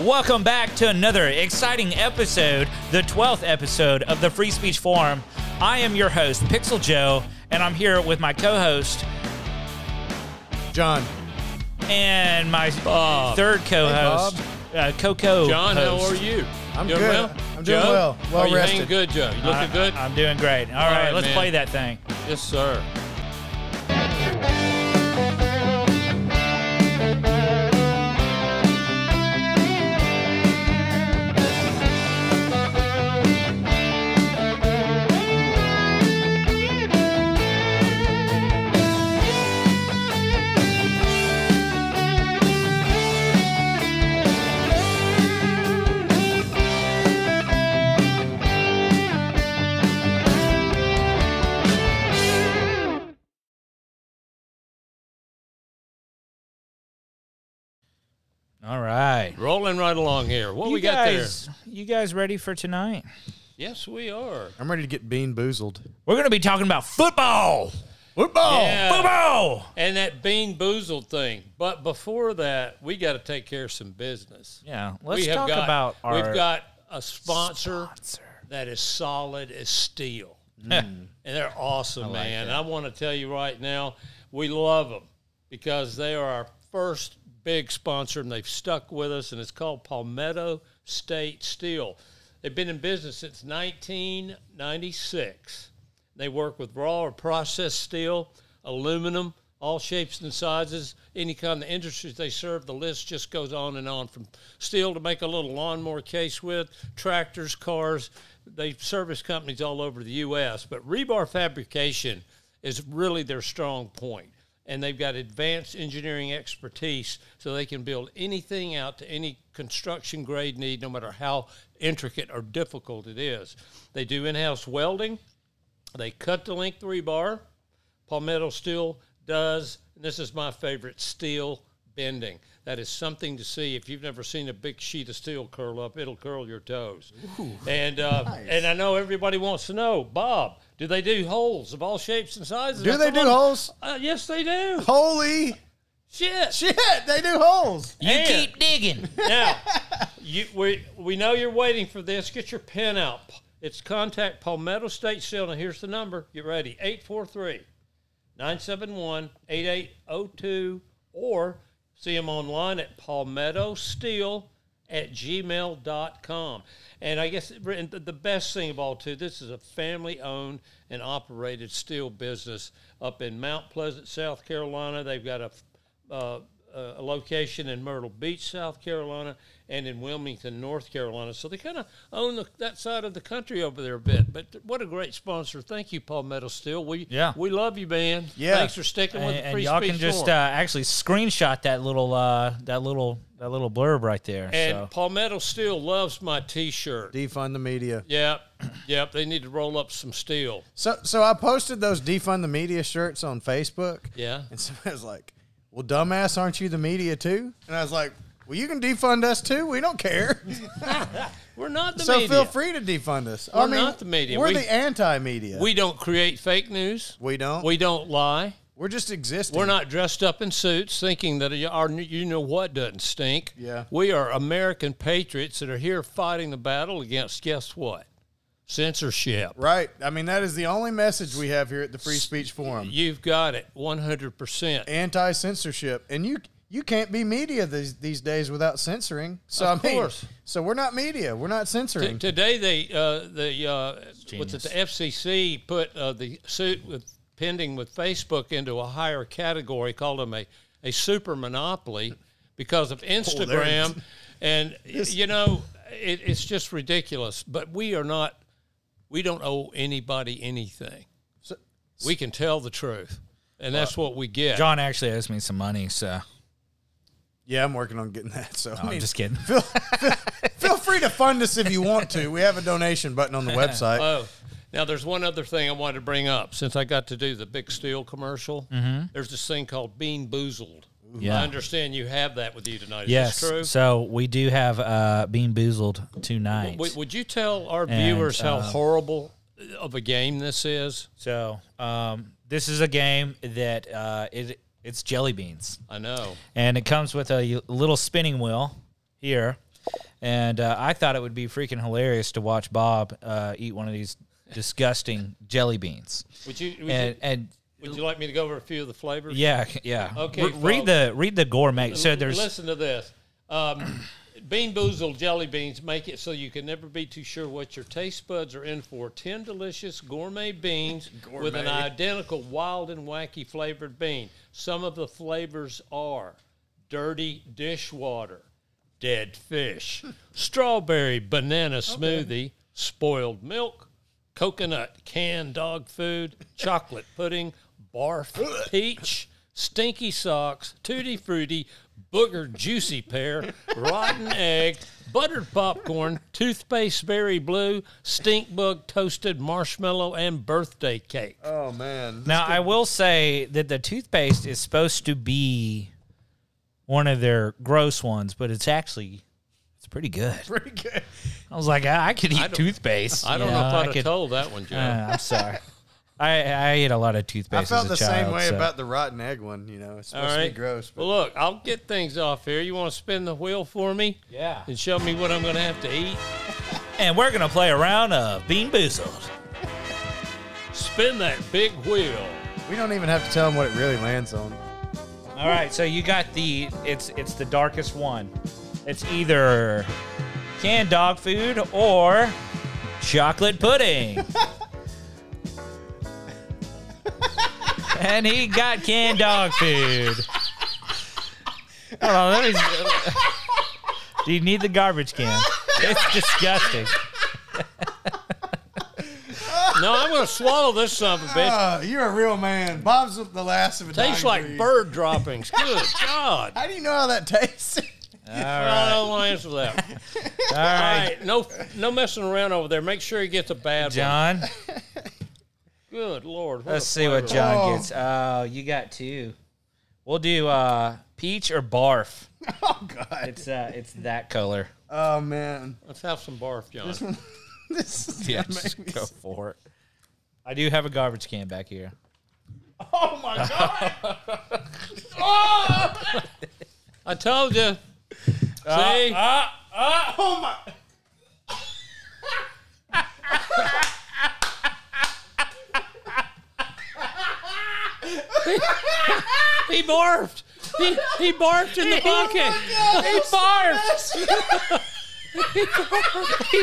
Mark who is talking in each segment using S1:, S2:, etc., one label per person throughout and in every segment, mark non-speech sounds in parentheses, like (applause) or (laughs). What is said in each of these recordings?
S1: Welcome back to another exciting episode, the 12th episode of the Free Speech Forum. I am your host, Pixel Joe, and I'm here with my co host
S2: John.
S1: and my
S3: Bob.
S1: third co host, uh, Coco.
S3: Oh, John, how
S1: host.
S3: are you?
S2: I'm
S3: doing
S2: good.
S3: Well?
S2: I'm doing
S3: Joe?
S2: well. Well
S3: Are you hanging
S2: rested.
S3: good, Joe? You looking
S1: I-
S3: good?
S1: I'm doing great. All
S3: All
S1: right,
S3: right,
S1: let's
S3: man.
S1: play that thing.
S3: yes, sir.
S1: All right.
S3: Rolling right along here. What we got
S1: guys, You guys ready for tonight?
S3: there? Yes, we are.
S2: I'm ready to get bean boozled.
S1: We're going to be talking about football.
S2: Football.
S3: Yeah.
S1: Football.
S3: And that bean boozled thing. But before that, we got to take care of some business.
S1: Yeah, let's
S3: we have
S1: talk
S3: got,
S1: about our
S3: We've got a sponsor,
S1: sponsor.
S3: that is solid as steel. (laughs) And they're awesome, man. I want to tell you right now, we love them because they are our first big sponsor and they've stuck with us, and it's called Palmetto State Steel. They've been in business since 1996. They work with raw or processed steel, aluminum, all shapes and sizes, any kind of industries they serve. The list just goes on and on from steel to make a little lawnmower case with, tractors, cars. They service companies all over the U.S., but rebar fabrication is really their strong point. And they've got advanced engineering expertise so they can build anything out to any construction grade need, no matter how intricate or difficult it is. They do in house welding, they cut the length rebar. Palmetto steel does, and this is my favorite, steel bending. That is something to see. If you've never seen a big sheet of steel curl up, it'll curl your toes. and uh, and I know everybody wants to know, Bob, do they do holes of all shapes and sizes?
S2: Do they do holes?
S3: Uh, yes, they do.
S2: Holy
S3: Shit.
S2: shit! They do holes.
S1: You
S3: And-
S1: keep digging.
S3: now, you, we we know you're waiting for this. Get your pen out. It's contact Palmetto State Seal. Now, here's the number. Get ready 843 971 8802 or see them online at palmettosteel at gmail.com. And I guess and the the best thing of all, too, this is a family owned and operated steel business up in Mount Pleasant, South Carolina. They've got a uh, a location in Myrtle Beach, South Carolina, and in Wilmington, North Carolina. So they kind of own the, that side of the country over there a bit. But th- what a great sponsor! Thank you, Palmetto Steel. We
S1: Yeah.
S3: we love you, man.
S2: Yeah.
S3: thanks for sticking
S1: And,
S3: with the
S1: and
S3: free
S1: y'all
S3: speech
S1: can just uh,
S3: forum.
S1: actually screenshot that little uh, that little that little blurb right there.
S3: and
S1: so.
S3: Palmetto Steel loves my T-shirt.
S2: Defund the media.
S3: Yep, yep. They need to roll up some steel.
S2: So, so I posted those defund the media shirts on Facebook.
S3: Yeah.
S2: And somebody was like, "Well, dumbass, aren't you the media too?" And I was like, "Well, you can defund us too. We don't care.
S3: We're not
S2: (laughs)
S3: the
S2: so
S3: media.
S2: feel free to defund us. I
S3: We're
S2: mean,
S3: not the media.
S2: We're
S3: We-
S2: the anti-media.
S3: We don't create fake news.
S2: we don't.
S3: We don't lie.
S2: we're just existing.
S3: We're not dressed up in suits thinking that our you know what doesn't stink.
S2: Yeah.
S3: We are American patriots that are here fighting the battle against guess what? Censorship.
S2: right. I mean, that is the only message we have here at the Free Speech Forum.
S3: You've got it 100%.
S2: anti censorship, and you you can't be media these these days without censoring. So
S3: Of
S2: I mean,
S3: course.
S2: so we're not media. We're not censoring.
S3: T- Today, they uh, the uh, what's
S1: genius.
S3: it, the FCC put uh, the suit with pending with Facebook into a higher category, called them a a super monopoly because of Instagram, and you know it, it's just ridiculous. But we are not. We don't owe anybody anything.
S2: So-
S3: we can tell the truth, and that's what we get.
S1: John actually owes me some money, so
S2: yeah, I'm working on getting that. So I
S1: I'm
S2: mean,
S1: just
S3: (laughs)
S1: kidding.
S2: feel free to fund us if you want to. We have a donation button on the website.
S3: (laughs) Oh, now there's one other thing I wanted to bring up since I got to do the Big Steel commercial. There's this thing called Bean Boozled.
S1: Mm-hmm. Yeah.
S3: I understand you have that with you tonight. Is
S1: yes,
S3: this true?
S1: so we do have uh, Bean Boozled tonight.
S3: Would, would you tell our
S1: And,
S3: viewers how
S1: uh,
S3: horrible of a game this is?
S1: so um, this is a game that uh, it it's jelly beans,
S3: I know.
S1: and it comes with a little spinning wheel here, And uh, I thought it would be freaking hilarious to watch Bob uh, eat one of these disgusting jelly beans.
S3: Would you would,
S1: And,
S3: you
S1: and
S3: would you like me to go over a few of the flavors?
S1: yeah, yeah.
S3: Okay,
S1: Re- read the read the gourmet. So
S3: L-
S1: there's
S3: listen to this. Um, (clears throat) Bean Boozled jelly beans make it so you can never be too sure what your taste buds are in for. Ten delicious gourmet beans with an identical wild and wacky flavored bean. Some of the flavors are dirty dishwater, dead fish, (laughs) strawberry banana smoothie, spoiled milk, coconut canned dog food, chocolate pudding, barf peach, stinky socks, tutti frutti, booger juicy pear, rotten egg, buttered popcorn, toothpaste berry blue, stink bug toasted marshmallow, and birthday cake.
S2: Oh man. (laughs)
S1: now I will say that the toothpaste is supposed to be one of their gross ones, but it's actually it's pretty good.
S2: Pretty good.
S1: I was like, I, I could eat
S3: don't-
S1: toothpaste.
S3: I don't
S1: you
S3: know if I'd have
S1: could-
S3: told that one, Joe.
S1: Uh, I'm
S3: (laughs)
S1: sorry. I I ate a lot of toothpaste.
S2: I
S1: as
S2: felt
S1: a
S2: the
S1: child,
S2: same way
S1: so-
S2: about the rotten egg one. You know, it's
S3: All
S2: supposed to
S3: right.
S2: be gross. But
S3: Well, look, I'll get things off here. You want to spin the wheel for me?
S1: Yeah.
S3: And show me what I'm going to have to eat?
S1: And we're gonna play a round of Bean Boozled.
S3: Spin that big wheel.
S2: we don't even have to tell them what it really lands on.
S1: All right, so you got the it's it's the darkest one. It's either canned dog food or chocolate pudding. and he got canned dog food. Hold on, let me. Do you need the garbage can? It's disgusting.
S3: No, I'm going to swallow this son of a bitch.
S2: Uh, you're a real man. Bob's the last of a
S3: Tastes
S2: dying
S3: like
S2: breed.
S3: bird droppings. Good
S1: (laughs)
S3: God.
S2: How do you know how that tastes? (laughs)
S1: All right,
S3: I don't want to answer that.
S1: all
S3: All
S1: right,
S3: right, no, no messing around over there. Make sure he gets a bad one.
S1: John.
S3: Good Lord.
S1: Let's
S3: a
S1: see what
S3: flavor.
S1: John
S2: Oh.
S1: gets. Oh, you got two. We'll do uh, peach or barf.
S2: oh god.
S1: It's uh, it's that color.
S2: Oh man.
S3: Let's have some barf, John.
S2: This is
S1: Yeah, (laughs)
S2: gonna
S1: just
S2: make me
S1: go
S2: s-
S1: for it. I do have a garbage can back here.
S2: Oh my god.
S3: I told you.
S1: Uh,
S3: See?
S2: (laughs) Oh my.
S3: he barfed. He, he barfed
S1: (laughs) Oh,
S3: in the bucket. he barfed. he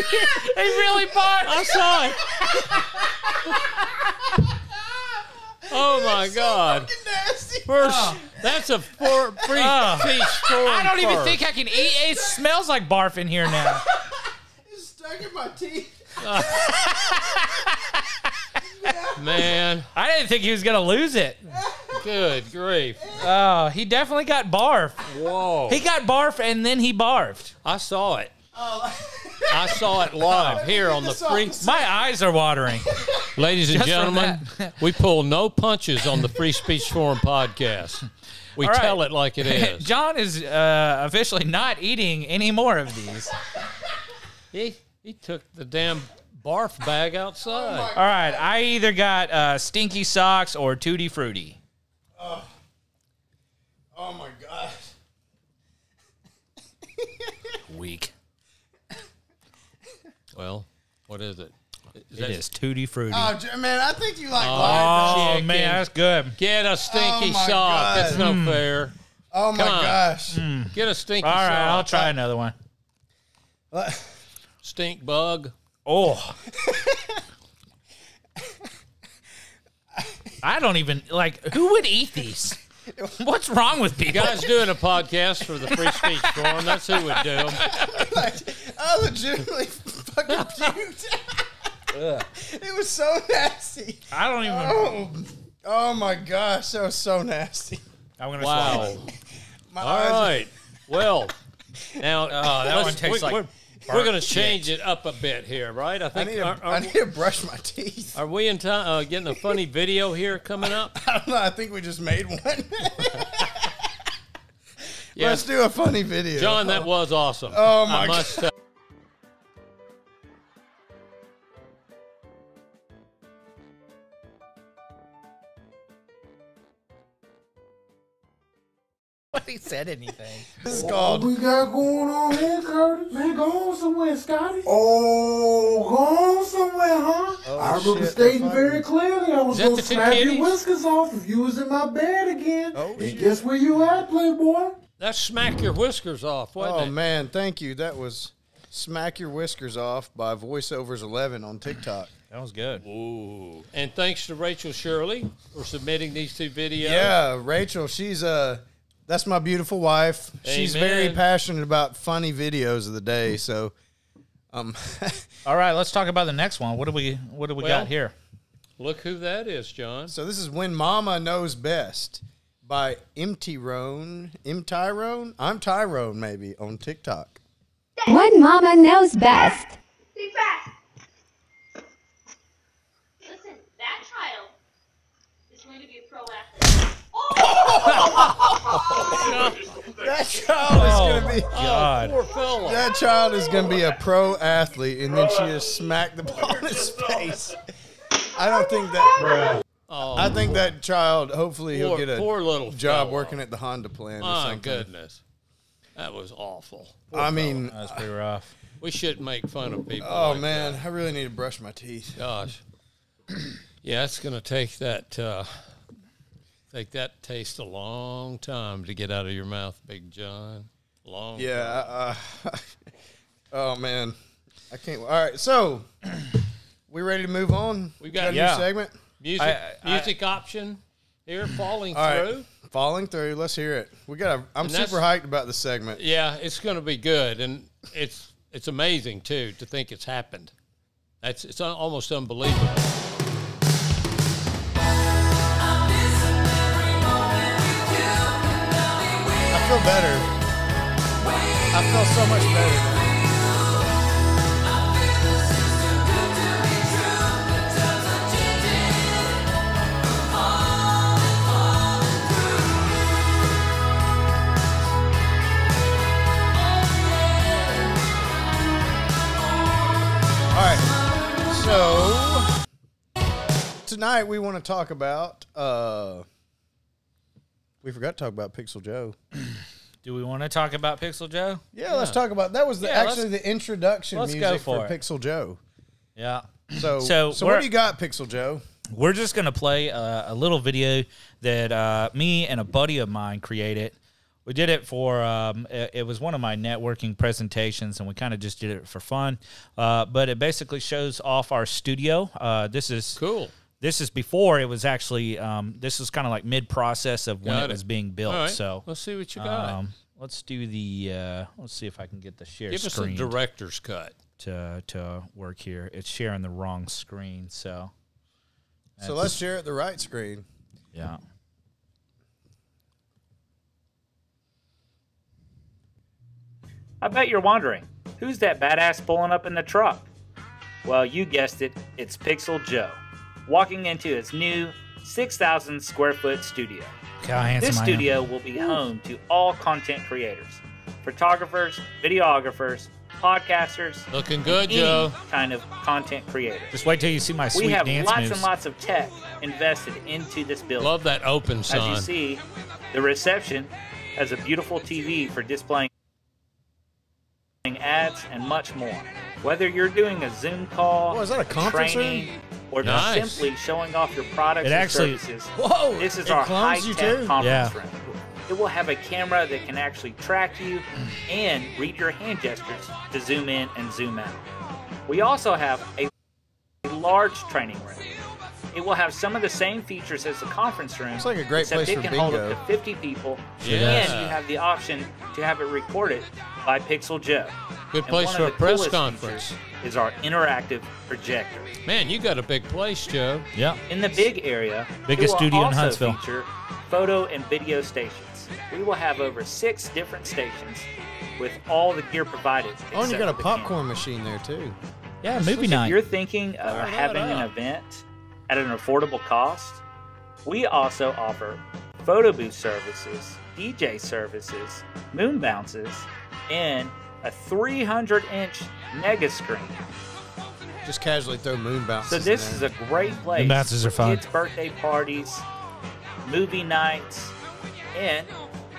S3: really barfed. I saw
S1: (laughs)
S3: it. oh my God.
S2: Nasty.
S3: First, that's a four, free
S1: Oh.
S3: peach
S1: Uh. I don't even think I can eat. It smells like barf in here now.
S2: It's stuck in my teeth.
S3: Man,
S1: I didn't think he was gonna lose it.
S3: good grief.
S1: Oh, he definitely got barf.
S3: Whoa.
S1: He got barf and then he barfed.
S3: I saw it.
S1: Oh.
S3: I saw it
S1: (laughs)
S3: live here on the
S2: This off
S3: free.
S2: the
S1: My eyes are watering. (laughs)
S3: Ladies and
S1: from
S3: gentlemen,
S1: (laughs)
S3: (laughs) we pull no punches on the Free Speech Forum podcast. We
S1: right.
S3: tell it (laughs) like it is.
S1: John is uh, officially not eating any more of these.
S3: He, he took the damn barf bag outside.
S1: All right, I either got uh, stinky socks or tutti frutti.
S2: Oh my god.
S1: Weak.
S3: well, what is it? Is
S1: It
S3: that-
S1: is tutti frutti.
S2: Oh j- man, I think you like. live.
S1: oh
S3: chicken.
S1: man, that's good.
S3: Get a stinky
S2: Oh, my
S3: sock.
S2: God.
S3: That's no fair.
S2: Oh my
S3: come on. Hmm.
S2: gosh. (laughs)
S3: Get a stinky
S1: All
S3: sock.
S1: right, I'll try another one.
S3: Stink bug.
S1: Oh. I don't even like who would eat these? What's wrong with people?
S3: Guys doing a podcast for the Free Speech Forum. That's who would do them.
S2: I legitimately fucking puked. it was so nasty.
S1: I don't even
S2: Oh, oh my gosh, that was so nasty.
S1: I'm gonna
S3: Wow.
S1: swallow.
S3: (laughs)
S2: My
S3: All right. Well,
S1: (laughs)
S3: now
S1: Oh, that
S3: let's-
S1: one tastes
S3: we-
S1: like
S3: we're, we're going to change it up a bit here, right? I
S2: I
S3: think
S2: need, to,
S3: are, are,
S2: I need to brush my teeth. (laughs)
S3: are we in time uh, getting a funny video here coming up?
S2: I don't know. I think we just made one. Let's
S3: Yes,
S2: do a funny video.
S3: John, that was awesome.
S2: Oh, my
S3: I must, uh,
S1: What
S4: he said anything.
S2: This is called
S5: we got going on here, Curtis? They gone somewhere, Scotty. Oh, gone somewhere, huh? I remember
S4: Oh, shit,
S5: stating
S4: they're
S5: very clearly I was
S3: Is that
S5: going
S3: the
S5: to
S3: two
S5: snap
S3: kitties?
S5: your whiskers off if you was in my bed again.
S4: Oh,
S5: and
S4: shit.
S5: guess where you at, Playboy?
S3: That's smack your whiskers off, wasn't
S2: Oh
S3: it?
S2: man, thank you. That was Smack Your Whiskers Off by Voiceovers Eleven on TikTok.
S1: That was good.
S3: Ooh. And thanks to Rachel Shirley for submitting these two videos.
S2: Yeah, Rachel, she's uh that's my beautiful wife. She's very
S3: Amen.
S2: passionate about funny videos of the day, so um (laughs)
S1: All right, let's talk about the next one. What do we What do we
S3: Well-
S1: got here?
S3: Look who that is, John.
S2: So this is when Mama knows best by M Tyrone. M Tyrone. I'm Tyrone maybe on TikTok.
S6: What mama knows best.
S7: Be back. Listen, that child is going to be a pro athlete.
S2: That child is gonna be.
S1: God.
S3: Oh, Poor fella.
S2: Oh, That child is gonna be a pro athlete, and then she just smacked the ball in his face. I don't think that.
S3: Oh,
S2: I think that child. Hopefully, he'll
S3: poor,
S2: get a
S3: poor little
S2: job
S3: fella. Ah,
S2: working at the Honda plant or
S3: My
S2: something.
S3: goodness. That was awful.
S2: I mean,
S1: That's pretty rough.
S3: We shouldn't make fun of people.
S2: oh
S3: like
S2: man, I really need to brush my teeth.
S3: Gosh. Yeah, it's going to take that uh, take that taste a long time to get out of your mouth, Big John. Long.
S2: Yeah. Uh, (laughs) oh man, I can't. All right, so (clears throat) we ready to move on?
S3: We've got
S2: a
S1: Yeah.
S2: new segment.
S3: music
S1: I- I-
S3: music option here falling
S2: All right,
S3: through.
S2: falling through. Let's hear it. We got. A, I'm
S3: And that's-
S2: super hyped about this segment.
S3: Yeah, it's going to be good, and it's it's amazing too to think it's happened. That's it's un- almost unbelievable.
S2: I feel better. I feel so much better. All right. So tonight we want to talk about. Uh, we forgot to talk about Pixel Joe.
S1: Do we want to talk about Pixel Joe?
S2: Yeah, let's talk about that. Was the,
S1: Yeah, let's-
S2: actually the introduction
S1: let's
S2: music
S1: go
S2: for,
S1: for it.
S2: Pixel Joe.
S1: Yeah.
S2: So,
S1: So
S2: so,
S1: we're-
S2: what do you got, Pixel Joe?
S1: We're just going to play a, a little video that uh, me and a buddy of mine created. We did it for, um, it, it was one of my networking presentations, and we kind of just did it for fun. Uh, but it basically shows off our studio. Uh, this is
S3: Cool.
S1: This is before it was actually, um, this was kind of like mid process of when
S3: Got
S1: it
S3: it.
S1: was being
S3: All
S1: built.
S3: right,
S1: So
S3: let's see what you got.
S1: um, let's do the, uh, let's see if I can get the share
S3: Give us a
S1: screen
S3: director's cut.
S1: to, to work here. It's sharing the wrong screen. So,
S2: So let's share it the right screen.
S1: yeah.
S8: I bet you're wondering, who's that badass pulling up in the truck? Well, you guessed it, it's Pixel Joe, walking into his new 6,000 square foot studio.
S1: Look how handsome
S8: This
S1: I am.
S8: studio will be home to all content creators, photographers, videographers, podcasters,
S3: Looking good,
S8: any
S3: Joe.
S8: kind of content creator.
S1: Just wait till you see my sweet
S8: We have
S1: dance
S8: lots
S1: moves.
S8: and lots of tech invested into this building.
S3: Love that open
S8: As you
S3: sign.
S8: see, the reception has a beautiful TV for displaying ads and much more. Whether you're doing a Zoom call,
S2: Oh, is that a conference
S8: training, or
S3: Nice.
S8: just simply showing off your products
S1: It
S8: and
S1: actually-
S8: services,
S2: Whoa,
S8: this is
S2: it
S8: our high
S2: clones you
S8: tech
S2: too?
S8: conference
S1: Yeah.
S8: room. It will have a camera that can actually track you and read your hand gestures to zoom in and zoom out. We also have a large training room. It will have some of the same features as the conference room.
S2: It's like a great
S8: except
S2: place
S8: it
S2: for
S8: can hold
S2: bingo.
S8: up to 50 people,
S3: Yeah.
S8: and you have the option to have it recorded by Pixel Joe.
S3: Good
S8: And
S3: place
S8: one
S3: for
S8: of
S3: a
S8: the
S3: press
S8: coolest
S3: conference.
S8: features Is our interactive projector
S3: Man, you got a big place, Joe.
S1: yeah.
S8: in the big area.
S1: Biggest
S8: we will
S1: studio in
S8: also
S1: Huntsville.
S8: Feature photo and video stations. We will have over six different stations with all the gear provided.
S2: Oh, and you
S8: except
S2: got a
S8: for the camera.
S2: popcorn machine there too.
S1: Yeah, movie
S8: If
S1: night.
S8: you're thinking of
S3: Fire that
S8: having an
S3: up.
S8: event at an affordable cost, we also offer photo booth services, DJ services, moon bounces, and a 300 inch mega screen.
S2: Just casually throw moon bounces.
S8: So this
S2: in
S8: is
S2: there.
S8: a great place.
S1: Moon bounces are
S8: for
S1: fun.
S8: Kids' birthday parties, movie nights, and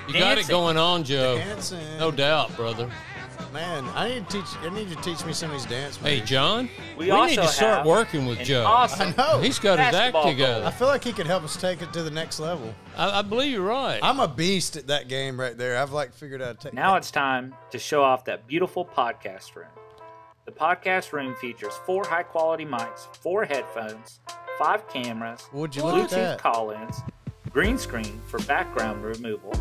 S3: You got it
S8: Dancing.
S3: going on, Joe.
S2: Dancing.
S3: Oh. No doubt, brother.
S2: Man, I need to teach. I need to teach me some of these dance moves.
S3: Hey, John.
S8: We, also
S3: need to start
S8: have
S3: working with
S8: an
S3: Joe.
S2: I
S8: Awesome.
S2: know.
S3: He's got his act
S8: Basketball
S2: I
S3: together.
S2: feel like he could help us take it to the next level.
S3: I, I believe you're right.
S2: I'm a beast at that game right there. I've like figured out. Take
S8: Now it's time to show off that beautiful podcast room. The podcast room features four high quality mics, four headphones, five cameras,
S2: Would you look at
S8: Bluetooth
S2: that?
S8: call ins, green screen for background removal,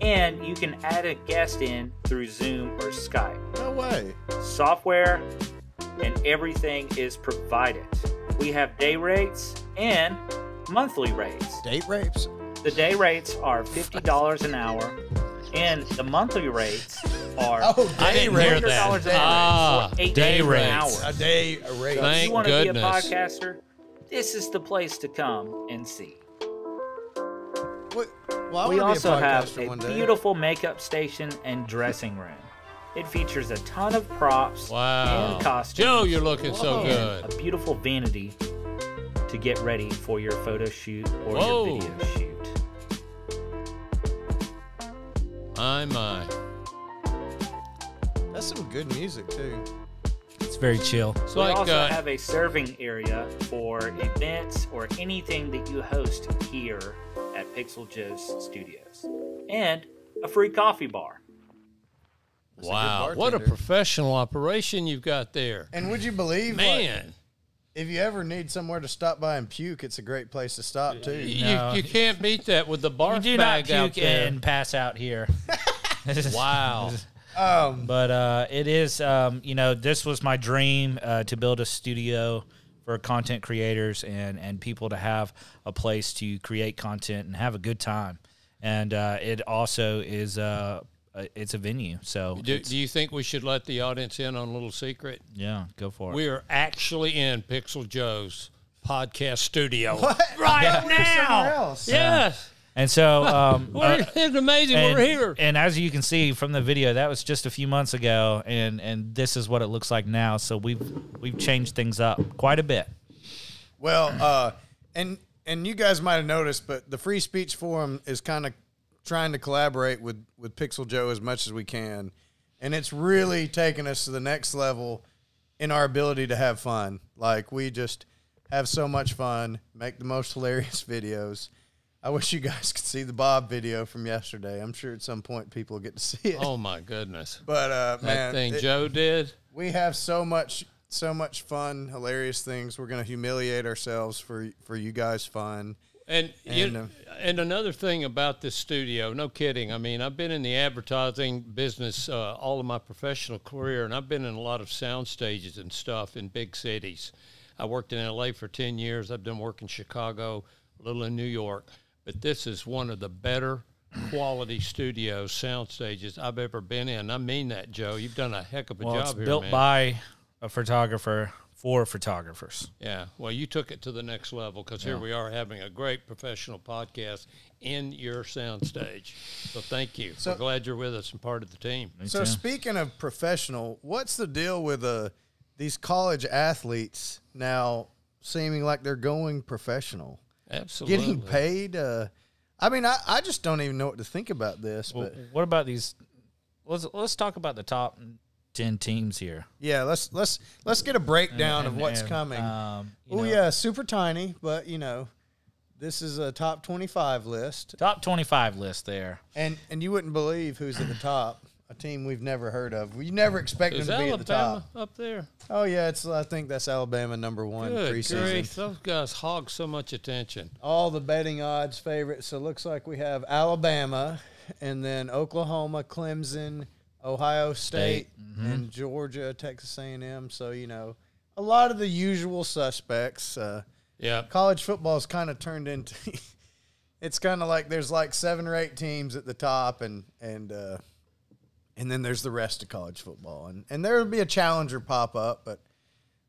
S8: and you can add a guest in through Zoom or Skype.
S2: no way.
S8: Software and everything is provided. We have day rates and monthly rates.
S2: Date rapes.
S8: The day rates are $50 an hour, and the monthly rates are
S2: Oh,
S3: I
S2: day
S3: didn't hear
S2: rapes.
S8: $100
S3: that.
S8: an hour.
S3: Ah,
S8: or $8
S3: day
S8: an
S3: rates.
S8: hour.
S2: A day rape.
S3: Thank
S8: you want to be a
S3: goodness.
S8: podcaster? This is the place to come and see.
S2: What- Well, I
S8: we
S2: wanna
S8: also
S2: be a
S8: have
S2: podcaster
S8: a
S2: one day.
S8: beautiful makeup station and dressing room. It features a ton of props
S3: Wow.
S8: and costumes.
S3: Joe, you're looking so
S8: and
S3: good.
S8: A beautiful vanity to get ready for your photo shoot or
S3: Whoa.
S8: your video shoot.
S3: My, my.
S2: That's some good music too.
S1: It's very chill.
S3: It's
S8: we
S3: like,
S8: also
S3: uh,
S8: have a serving area for events or anything that you host here at Pixel Joe's Studios, and a free coffee bar.
S2: That's a good
S3: wow. What a
S2: bartender.
S3: professional operation you've got there.
S2: And would you believe, like,
S3: Man,
S2: if you ever need somewhere to stop by and puke, it's a great place to stop too.
S1: No.
S3: you, you can't beat that with the
S1: You
S3: barf
S1: do not
S3: bag out
S1: puke
S3: there.
S1: and pass out (laughs) here. (laughs)
S3: Wow.
S2: Um,
S1: But uh, it is, um, you know, this was my dream uh, to build a studio for content creators and, and people to have a place to create content and have a good time. And uh, it also is uh, a, it's a venue. So,
S3: Do,
S1: it's-
S3: do you think we should let the audience in on a little secret?
S1: yeah, go for it.
S3: We are actually in Pixel Joe's podcast studio.
S2: right
S3: now. Yes.
S1: And (laughs) so, um,
S3: We're,
S1: uh,
S3: it's amazing
S1: and,
S3: we're here.
S1: and as you can see from the video, that was just a few months ago, and and this is what it looks like now. So we've we've changed things up quite a bit.
S2: Well, uh, and and you guys might have noticed, but the Free Speech Forum is kind of trying to collaborate with with Pixel Joe as much as we can, and it's really taken us to the next level in our ability to have fun. Like we just have so much fun, make the most hilarious (laughs) videos. I wish you guys could see the Bob video from yesterday. I'm sure at some point people get to see it.
S3: oh, my goodness.
S2: but uh,
S3: That
S2: man,
S3: thing
S2: it-
S3: Joe did.
S2: we have so much so much fun hilarious things we're going to humiliate ourselves for for you guys fun
S3: And you,
S2: And, uh,
S3: and, another thing about this studio, no kidding. I mean, I've been in the advertising business uh, all of my professional career, and I've been in a lot of sound stages and stuff in big cities. I worked in LA for 10 years. I've done work in Chicago, a little in New York. But this is one of the better quality studios, sound stages I've ever been in. I mean that, Joe. You've done a heck of a
S1: Well,
S3: job
S1: it's
S3: here,
S1: built
S3: man.
S1: by a photographer for photographers.
S3: Yeah, well, you took it to the next level because here we are having a great professional podcast in your soundstage. So thank you.
S2: So-
S3: We're glad you're with us and part of the team.
S2: so speaking of professional what's the deal with uh these college athletes now seeming like they're going professional
S3: Absolutely.
S2: getting paid uh i mean i, I just don't even know what to think about this
S1: Well,
S2: but
S1: what about these? Let's let's talk about the top ten teams here.
S2: yeah let's let's let's get a breakdown of what's
S1: And,
S2: coming
S1: Um, you
S2: oh
S1: know,
S2: yeah super tiny but you know this is a top 25 list
S1: top twenty-five list there.
S2: And and you wouldn't believe who's at the top. A team we've never heard of. We never expected them
S3: Is
S2: to be at the top.
S3: Alabama up there?
S2: Oh yeah, it's I think that's Alabama number one
S3: Good
S2: preseason.
S3: grief. Those guys hog so much attention.
S2: All the betting odds favorites. So it looks like we have Alabama, and then Oklahoma, Clemson, Ohio State,
S3: Mm-hmm.
S2: and Georgia, Texas A and M. So you know, a lot of the usual suspects. Uh,
S3: Yeah.
S2: college football's kind of turned into. (laughs) it's kind of like there's like seven or eight teams at the top, and and uh, and then there's the rest of college football, and and there will be a challenger pop up, but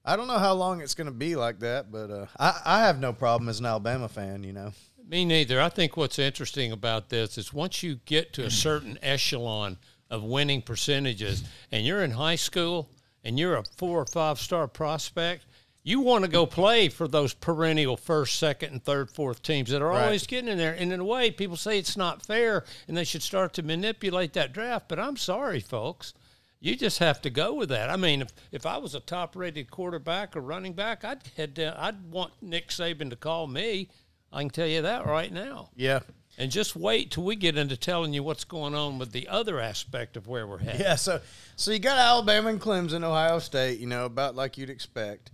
S2: I don't know how long it's going to be like that. But uh, I I have no problem as an Alabama fan, you know.
S3: Me neither. I think what's interesting about this is once you get to a certain echelon of winning percentages and you're in high school and you're a four or five star prospect, you want to go play for those perennial first, second, and third, fourth teams that are
S2: Right.
S3: always getting in there. And in a way, people say it's not fair and they should start to manipulate that draft. But I'm sorry, folks. You just have to go with that. I mean, if, if I was a top rated quarterback or running back, I'd head down, I'd want Nick Saban to call me. I can tell you that right now.
S2: Yeah.
S3: And just wait till we get into telling you what's going on with the other aspect of where we're headed.
S2: Yeah, so so you got Alabama and Clemson, Ohio State, you know, about like you'd expect.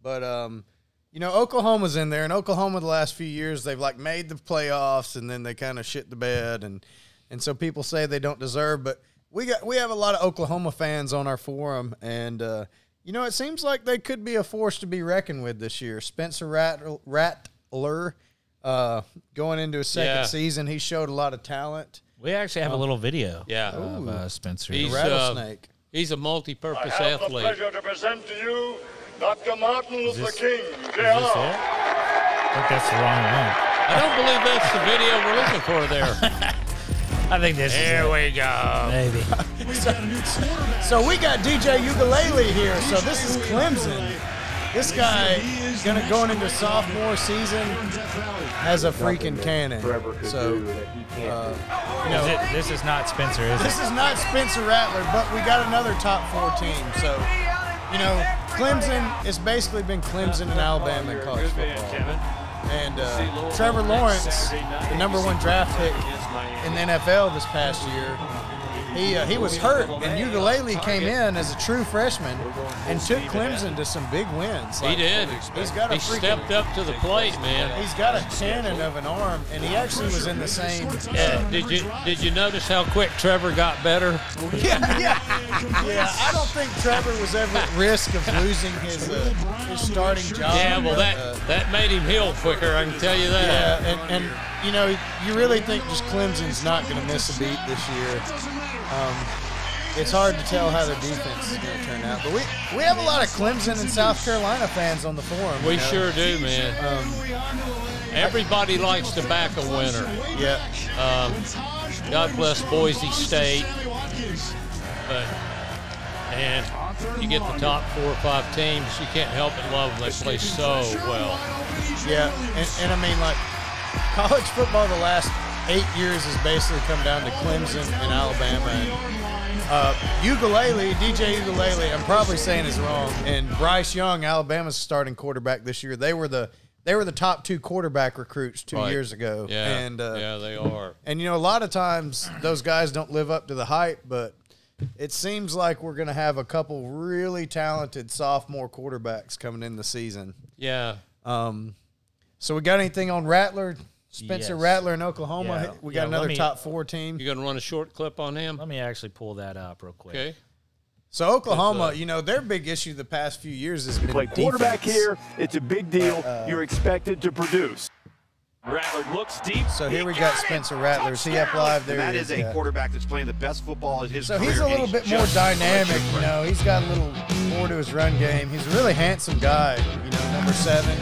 S2: But um, you know, Oklahoma's in there, and Oklahoma the last few years they've like made the playoffs and then they kind of shit the bed and and so people say they don't deserve, but we got we have a lot of Oklahoma fans on our forum and uh you know, it seems like they could be a force to be reckoned with this year. Spencer Rat- Rattler, uh, going into his second
S3: Yeah.
S2: season, he showed a lot of talent.
S1: We actually have a little video.
S3: Yeah.
S1: Of uh, Spencer.
S3: He's, uh,
S2: Rattlesnake.
S3: He's a multi
S4: I
S3: purpose
S4: have the
S3: athlete.
S4: pleasure to present to you Dr. Martin Luther
S1: this-
S4: King,
S1: Is this it?
S4: Jr.
S1: I think that's the wrong
S3: I don't believe that's the video we're looking for
S2: (laughs)
S3: there.
S1: one. I think this is
S3: we go.
S1: maybe.
S3: (laughs)
S2: So we got DJ Ukulele here. So this is Clemson. This guy gonna going into sophomore season has a freaking cannon. So
S1: Is it- this is not Spencer, is it?
S2: this is not Spencer Rattler, but we got another top four team. So you know, Clemson it's basically been Clemson and Alabama in college football. And uh, Trevor Lawrence, the number one draft pick in the NFL this past year, he uh, he was hurt, and Ugalele came in as a true freshman and took Clemson to some big wins.
S3: He
S2: Like,
S3: did.
S2: He's got a
S3: He
S2: freaking-
S3: stepped up to the plate, man.
S2: He's got a cannon of an arm, and he actually was in the same.
S3: Yeah. Did you did you notice how quick Trevor got better?
S2: Yeah, yeah, yeah. I don't think Trevor was ever at risk of losing his, uh, his starting job.
S3: Yeah, well
S2: but,
S3: that
S2: uh,
S3: that made him heal quicker, I can tell you that.
S2: Yeah, and, and you know, you really think just Clemson's not going to miss a beat this year. Um, it's hard to tell how their defense is going to turn out, but we we have a lot of Clemson and South Carolina fans on the forum. you
S3: We
S2: know.
S3: sure do, man.
S2: Um,
S3: Everybody likes to back a winner.
S2: yeah,
S3: Um, God bless Boise State. But and you get the top four or five teams, you can't help but love them. They play so well.
S2: yeah, and, and I mean like college football the last eight years has basically come down to Clemson and Alabama. And, uh, ukulele, DJ Ukulele, I'm probably saying is wrong. And Bryce Young, Alabama's starting quarterback this year. They were the they were the top two quarterback recruits two
S3: Right.
S2: years ago.
S3: Yeah,
S2: and uh,
S3: yeah, they are.
S2: And you know, a lot of times those guys don't live up to the hype, but it seems like we're going to have a couple really talented sophomore quarterbacks coming in the season.
S3: Yeah,
S2: Um, so we got anything on Rattler, Spencer
S1: Yes.
S2: Rattler in Oklahoma?
S1: Yeah.
S2: We
S1: Yeah,
S2: got
S1: let
S2: another
S1: me-
S2: top four team.
S3: you gonna run a short clip on him?
S1: Let me actually pull that up real quick.
S3: Okay.
S2: So Oklahoma,
S3: It's, uh,
S2: you know, their big issue the past few years has been
S9: play quarterback
S2: defense. Uh,
S9: here. It's a big deal. You're expected to produce.
S10: Rattler looks deep.
S2: So here we got Spencer Rattlers. He up live there.
S10: That
S2: he
S10: is a
S2: yeah.
S10: quarterback that's playing the best football in his
S2: So
S10: career.
S2: he's a little
S10: and
S2: bit more
S10: just
S2: dynamic, you know. He's got a little more to his run game. He's a really handsome guy, you know, number seven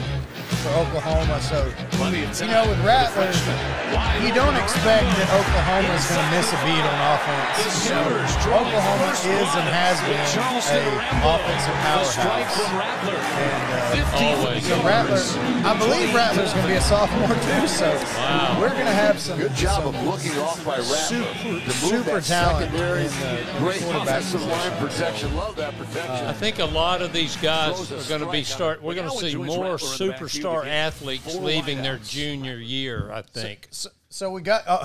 S2: for Oklahoma. So,
S10: Plenty of
S2: you
S10: time
S2: know, with
S10: for the
S2: Rattler,
S10: freshman. Wide
S2: you don't
S10: open.
S2: expect that Oklahoma's going to miss a beat on offense. You know, Oklahoma is and has been a offensive powerhouse.
S10: Rattler.
S2: And, uh,
S3: Always.
S2: so Rattler, I believe Rattler's going to be a sophomore too. So we're going to have some
S9: Good job
S2: some
S9: of looking off by Rattler. to move
S2: super
S9: that
S2: talent
S9: secondary.
S2: in the
S9: Great
S2: quarterback
S9: offensive line protection. Love that protection.
S3: I think a lot of these guys
S9: Throws a
S3: are going to be
S9: strike on
S3: start.
S9: it.
S3: We're going to
S9: Now
S3: see
S9: enjoys
S3: more
S9: Rattler in the backfield
S3: superstar
S9: again.
S3: athletes
S9: Four
S3: leaving their
S9: wideouts.
S3: junior year. I think,
S2: So, so we got uh,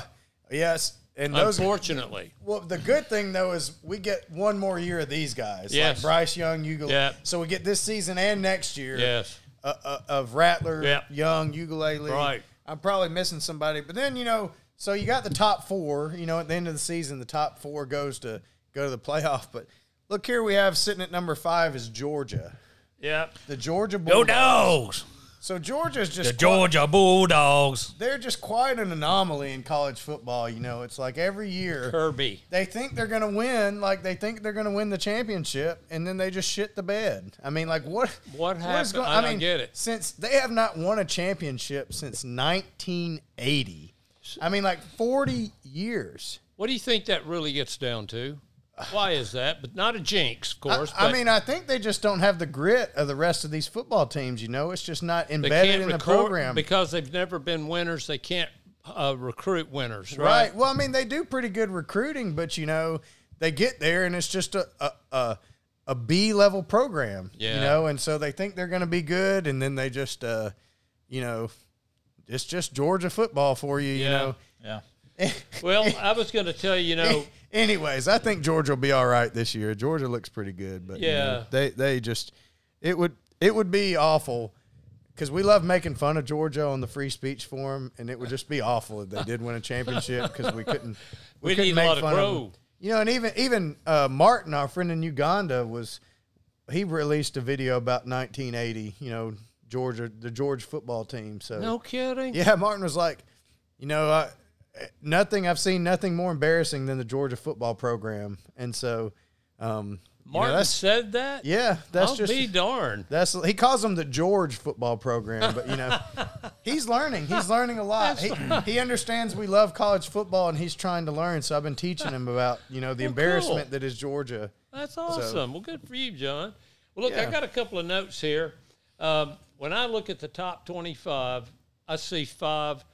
S2: yes, and those.
S3: unfortunately,
S2: Well, the good thing though is we get one more year of these guys.
S3: Yes.
S2: like Bryce Young, Ugalele.
S3: Yeah.
S2: So we get this season and next year.
S3: yes.
S2: Uh, uh, of Rattler,
S3: Yeah.
S2: Young, Ugalele.
S3: Right.
S2: I'm probably missing somebody, but then you know, so you got the top four. You know, at the end of the season, the top four goes to go to the (laughs) playoff. But look here, we have sitting at number five is Georgia,
S3: Yeah.
S2: the Georgia
S1: Go
S2: Bulldogs.
S1: dogs!
S2: So Georgia's just
S1: The Georgia Bulldogs.
S2: they're just quite an anomaly in college football. You know, it's like every year
S3: Kirby.
S2: they think they're going to win, like they think they're going to win the championship, and then they just shit the bed. I mean, like what?
S3: What
S2: is
S3: happened?
S2: going-
S3: I don't get it.
S2: Since they have not won a championship since 1980. I mean, like 40 years.
S3: What do you think that really gets down to? Why is that? But not a jinx, of course.
S2: I
S3: but
S2: mean, I think they just don't have the grit of the rest of these football teams. You know, it's just not
S3: they
S2: embedded
S3: can't
S2: in the
S3: recruit-
S2: program.
S3: because they've never been winners. They can't uh, recruit winners,
S2: right.
S3: right?
S2: Well, I mean, they do pretty good recruiting, but you know, they get there and it's just a a a, a B level program. You
S3: Yeah.
S2: know, and so they think they're going to be good, and then they just, uh, you know, it's just Georgia football for you. You
S3: Yeah.
S2: know.
S1: Yeah.
S3: Well,
S2: (laughs)
S3: I was going to tell you, you know,
S2: Anyways, I think Georgia will be all right this year. Georgia looks pretty good, but you know,
S3: Yeah.
S2: they they just it would it would be awful because we love making fun of Georgia on the free speech forum, and it would just be awful if they did win a championship because we couldn't (laughs) we
S3: (laughs) We'd
S2: couldn't
S3: eat a
S2: make
S3: lot of
S2: fun of
S3: crow.
S2: them. You know, and even even uh, Martin, our friend in Uganda, was he released a video about 1980. You know, Georgia, the George football team. So
S3: no kidding.
S2: yeah, Martin was like, you know, I, nothing. I've seen nothing more embarrassing than the Georgia football program, and so, um, you know,
S3: Martin
S2: that's
S3: said that.
S2: yeah, that's
S3: I'll
S2: just
S3: be darned.
S2: that's he calls them the George football program, but you know, (laughs) he's learning. He's learning a lot. He, he understands we love college football, and he's trying to learn. So I've been teaching him about you know the
S3: Well,
S2: embarrassment
S3: cool.
S2: that is Georgia.
S3: That's awesome. Well, good for you, John. Well, look, I got a couple of notes here. Um, when I look at the top 25, I see five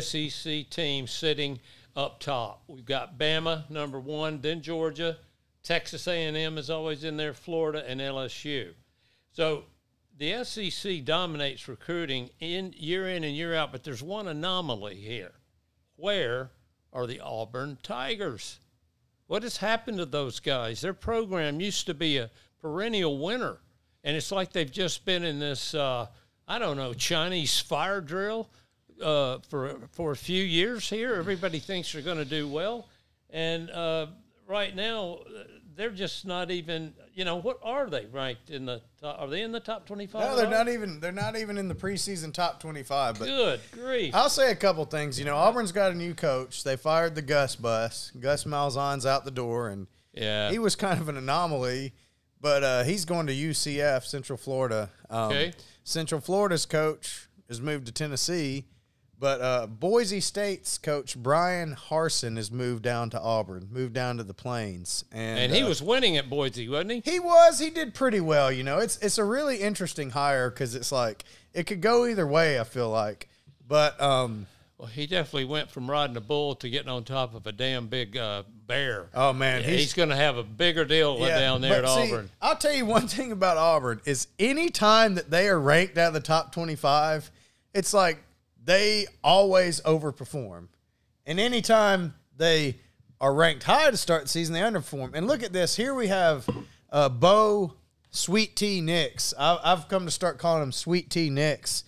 S3: SEC teams sitting up top. We've got Bama number one, then Georgia, Texas A&M is always in there, Florida, and LSU. So the SEC dominates recruiting in year in and year out, but there's one anomaly here. Where are the Auburn Tigers? What has happened to those guys? Their program used to be a perennial winner, and it's like they've just been in this uh, I don't know Chinese fire drill uh, for for a few years here. Everybody thinks they're going to do well, and uh, right now uh, they're just not even. You know what are they ranked in the? Top, are they in the top twenty five?
S2: No, they're not even they're not even in the preseason top twenty five. But
S3: Good grief!
S2: I'll say a couple things. You know, Auburn's got a new coach. They fired the Gus bus. Gus Malzahn's out the door, and
S3: yeah.
S2: he was kind of an anomaly, but uh, he's going to UCF, Central Florida. Um,
S3: Okay.
S2: Central Florida's coach has moved to Tennessee, but uh, Boise State's coach Brian Harson has moved down to Auburn, moved down to the Plains, and
S3: and he
S2: uh,
S3: was winning at Boise, wasn't he?
S2: he was. He did pretty well. You know, it's it's a really interesting hire because it's like it could go either way. I feel like, but um,
S3: Well, he definitely went from riding a bull to getting on top of a damn big uh, bear.
S2: oh man,
S3: Yeah, he's, going to have a bigger deal down there at
S2: but see,
S3: Auburn.
S2: I'll tell you one (laughs) thing about Auburn is any time that they are ranked out of the top 25, it's like they always overperform. And any time they are ranked high to start the season, they underperform. And look at this. Here we have uh, Bo Sweet Tea Nix. I, I've come to start calling him Sweet Tea Nix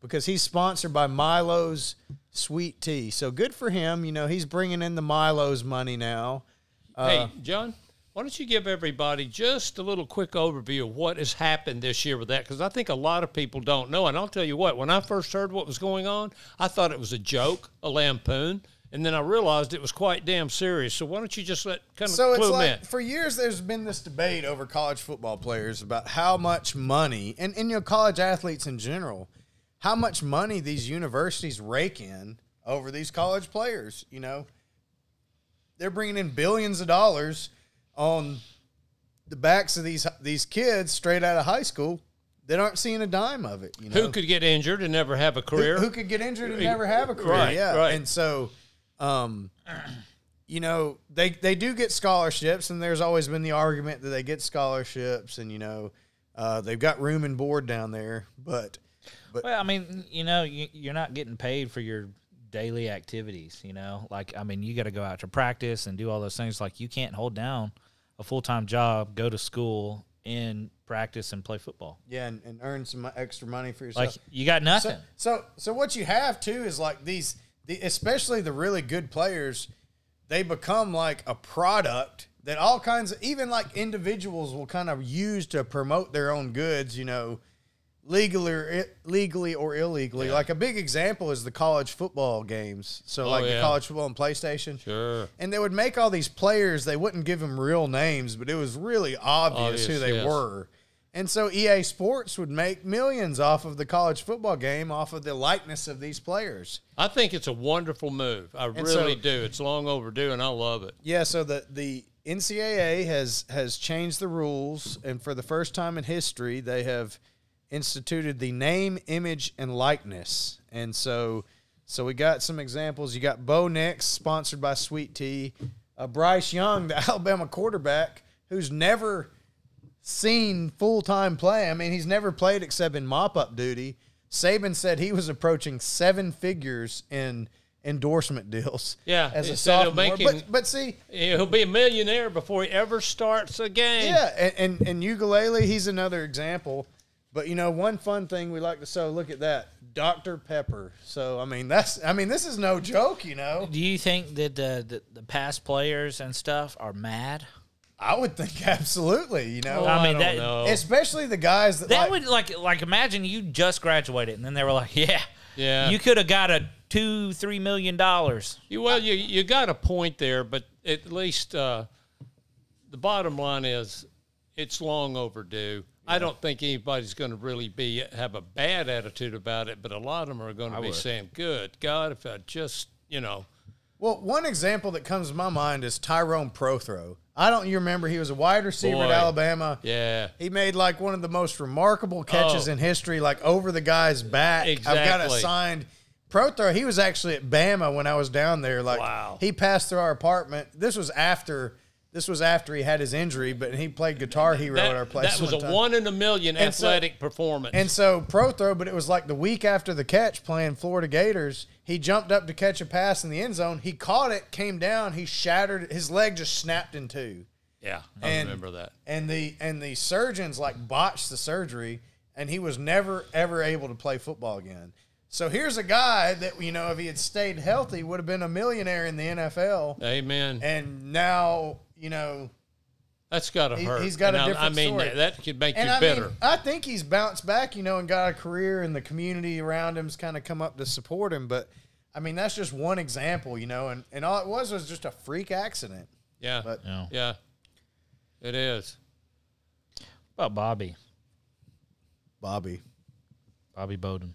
S2: because he's sponsored by Milo's Sweet Tea. So good for him. You know, he's bringing in the Milo's money now. uh,
S3: hey, John, why don't you give everybody just a little quick overview of what has happened this year with that? Because I think a lot of people don't know. And I'll tell you what, when I first heard what was going on, I thought it was a joke, a lampoon. And then I realized it was quite damn serious. So why don't you just let kind of
S2: so it's
S3: clue me
S2: like
S3: in?
S2: for years there's been this debate over college football players about how much money and, and you know college athletes in general how much money these universities rake in over these college players you know they're bringing in billions of dollars on the backs of these these kids straight out of high school that aren't seeing a dime of it you know
S3: Who could get injured and never have a
S2: who-
S3: career?
S2: Who, could get injured and never have a career.
S3: Right,
S2: yeah.
S3: right.
S2: And so, um, you know, they, they do get scholarships, and there's always been the argument that they get scholarships, and, you know, uh, they've got room and board down there. But,
S1: Well, I mean, you know, you, you're not getting paid for your daily activities. You know, like I mean, you got to go out to practice and do all those things. Like you can't hold down a full time job, go to school, and practice and play football.
S2: yeah, and, and earn some extra money for yourself.
S1: Like you got nothing.
S2: So, so, so what you have too is like these, the, especially the really good players, they become like a product that all kinds of, even like individuals will kind of use to promote their own goods, you know, legally or, legally or illegally. Like a big example is the college football games. So, like the
S3: Oh, yeah.
S2: college football and PlayStation.
S3: Sure.
S2: And they would make all these players, they wouldn't give them real names, but it was really obvious
S3: Obvious,
S2: who they
S3: yes.
S2: were. And so EA Sports would make millions off of the college football game, off of the likeness of these players.
S3: I think it's a wonderful move. I
S2: And so-
S3: really do. It's long overdue, and I love it.
S2: Yeah, so the the NCAA has has changed the rules, and for the first time in history, they have instituted the name, image, and likeness. And so, so we got some examples. You got Bo Nix, sponsored by Sweet Tea, uh, Bryce Young, the (laughs) Alabama quarterback, who's never seen full time play. I mean, he's never played except in mop up duty. Saban said he was approaching seven figures in endorsement deals.
S3: Yeah,
S2: as a
S3: he said it'll
S2: sophomore.
S3: make him-
S2: but, but see,
S3: He'll be a millionaire before he ever starts a game.
S2: yeah, and, and and ukulele, he's another example. But you know, one fun thing we like to so look at that Dr Pepper. So I mean, that's I mean, this is no joke. You know,
S1: Do you think that the, the, the past players and stuff are mad?
S2: I would think (laughs) absolutely. You know,
S1: I mean,
S3: don't
S1: that-
S3: know.
S2: especially the guys that,
S1: That
S2: like,
S1: would like like imagine you just graduated and then they were like, yeah,
S3: Yeah.
S1: you could have got a two three million dollars.
S3: You, well, you you got a point there, but at least uh, the bottom line is it's long overdue. I don't think anybody's going to really be have a bad attitude about it, but a lot of them are going to be saying, "Good God, if I just you know."
S2: Well, one example that comes to my mind is Tyrone Prothrow. I don't you remember he was a wide receiver at
S3: Boy.
S2: Alabama.
S3: Yeah,
S2: He made like one of the most remarkable catches
S3: Oh.
S2: in history, like over the guy's back. I've got it
S3: Exactly.
S2: signed. Pro throw, he was actually at Bama when I was down there. Like
S3: Wow.
S2: he passed through our apartment. This was after this was after he had his injury, but he played guitar hero
S3: that,
S2: at our place.
S3: that was a
S2: time.
S3: one in a million
S2: And so-
S3: athletic performance.
S2: And so pro throw, but it was like the week after the catch playing Florida Gators. He jumped up to catch a pass in the end zone. He caught it, came down, he shattered it. his leg just snapped in two.
S3: yeah, I
S2: and-
S3: remember that.
S2: And the and the surgeons like botched the surgery and he was never ever able to play football again. So here's a guy that you know if he had stayed healthy would have been a millionaire in the NFL
S3: Amen.
S2: and now, you know,
S3: That's got to
S2: He-
S3: hurt.
S2: he's got a
S3: And I-
S2: different
S3: I mean,
S2: story.
S3: that, that could make
S2: and
S3: you
S2: I
S3: bitter.
S2: mean, I think he's bounced back, you know, and got a career, and the community around him's kind of come up to support him. But I mean, that's just one example, you know, and, and all it was was just a freak accident.
S3: yeah,
S2: but-
S1: Yeah.
S3: yeah, it is.
S1: What about Bobby,
S2: Bobby,
S1: Bobby Bowden,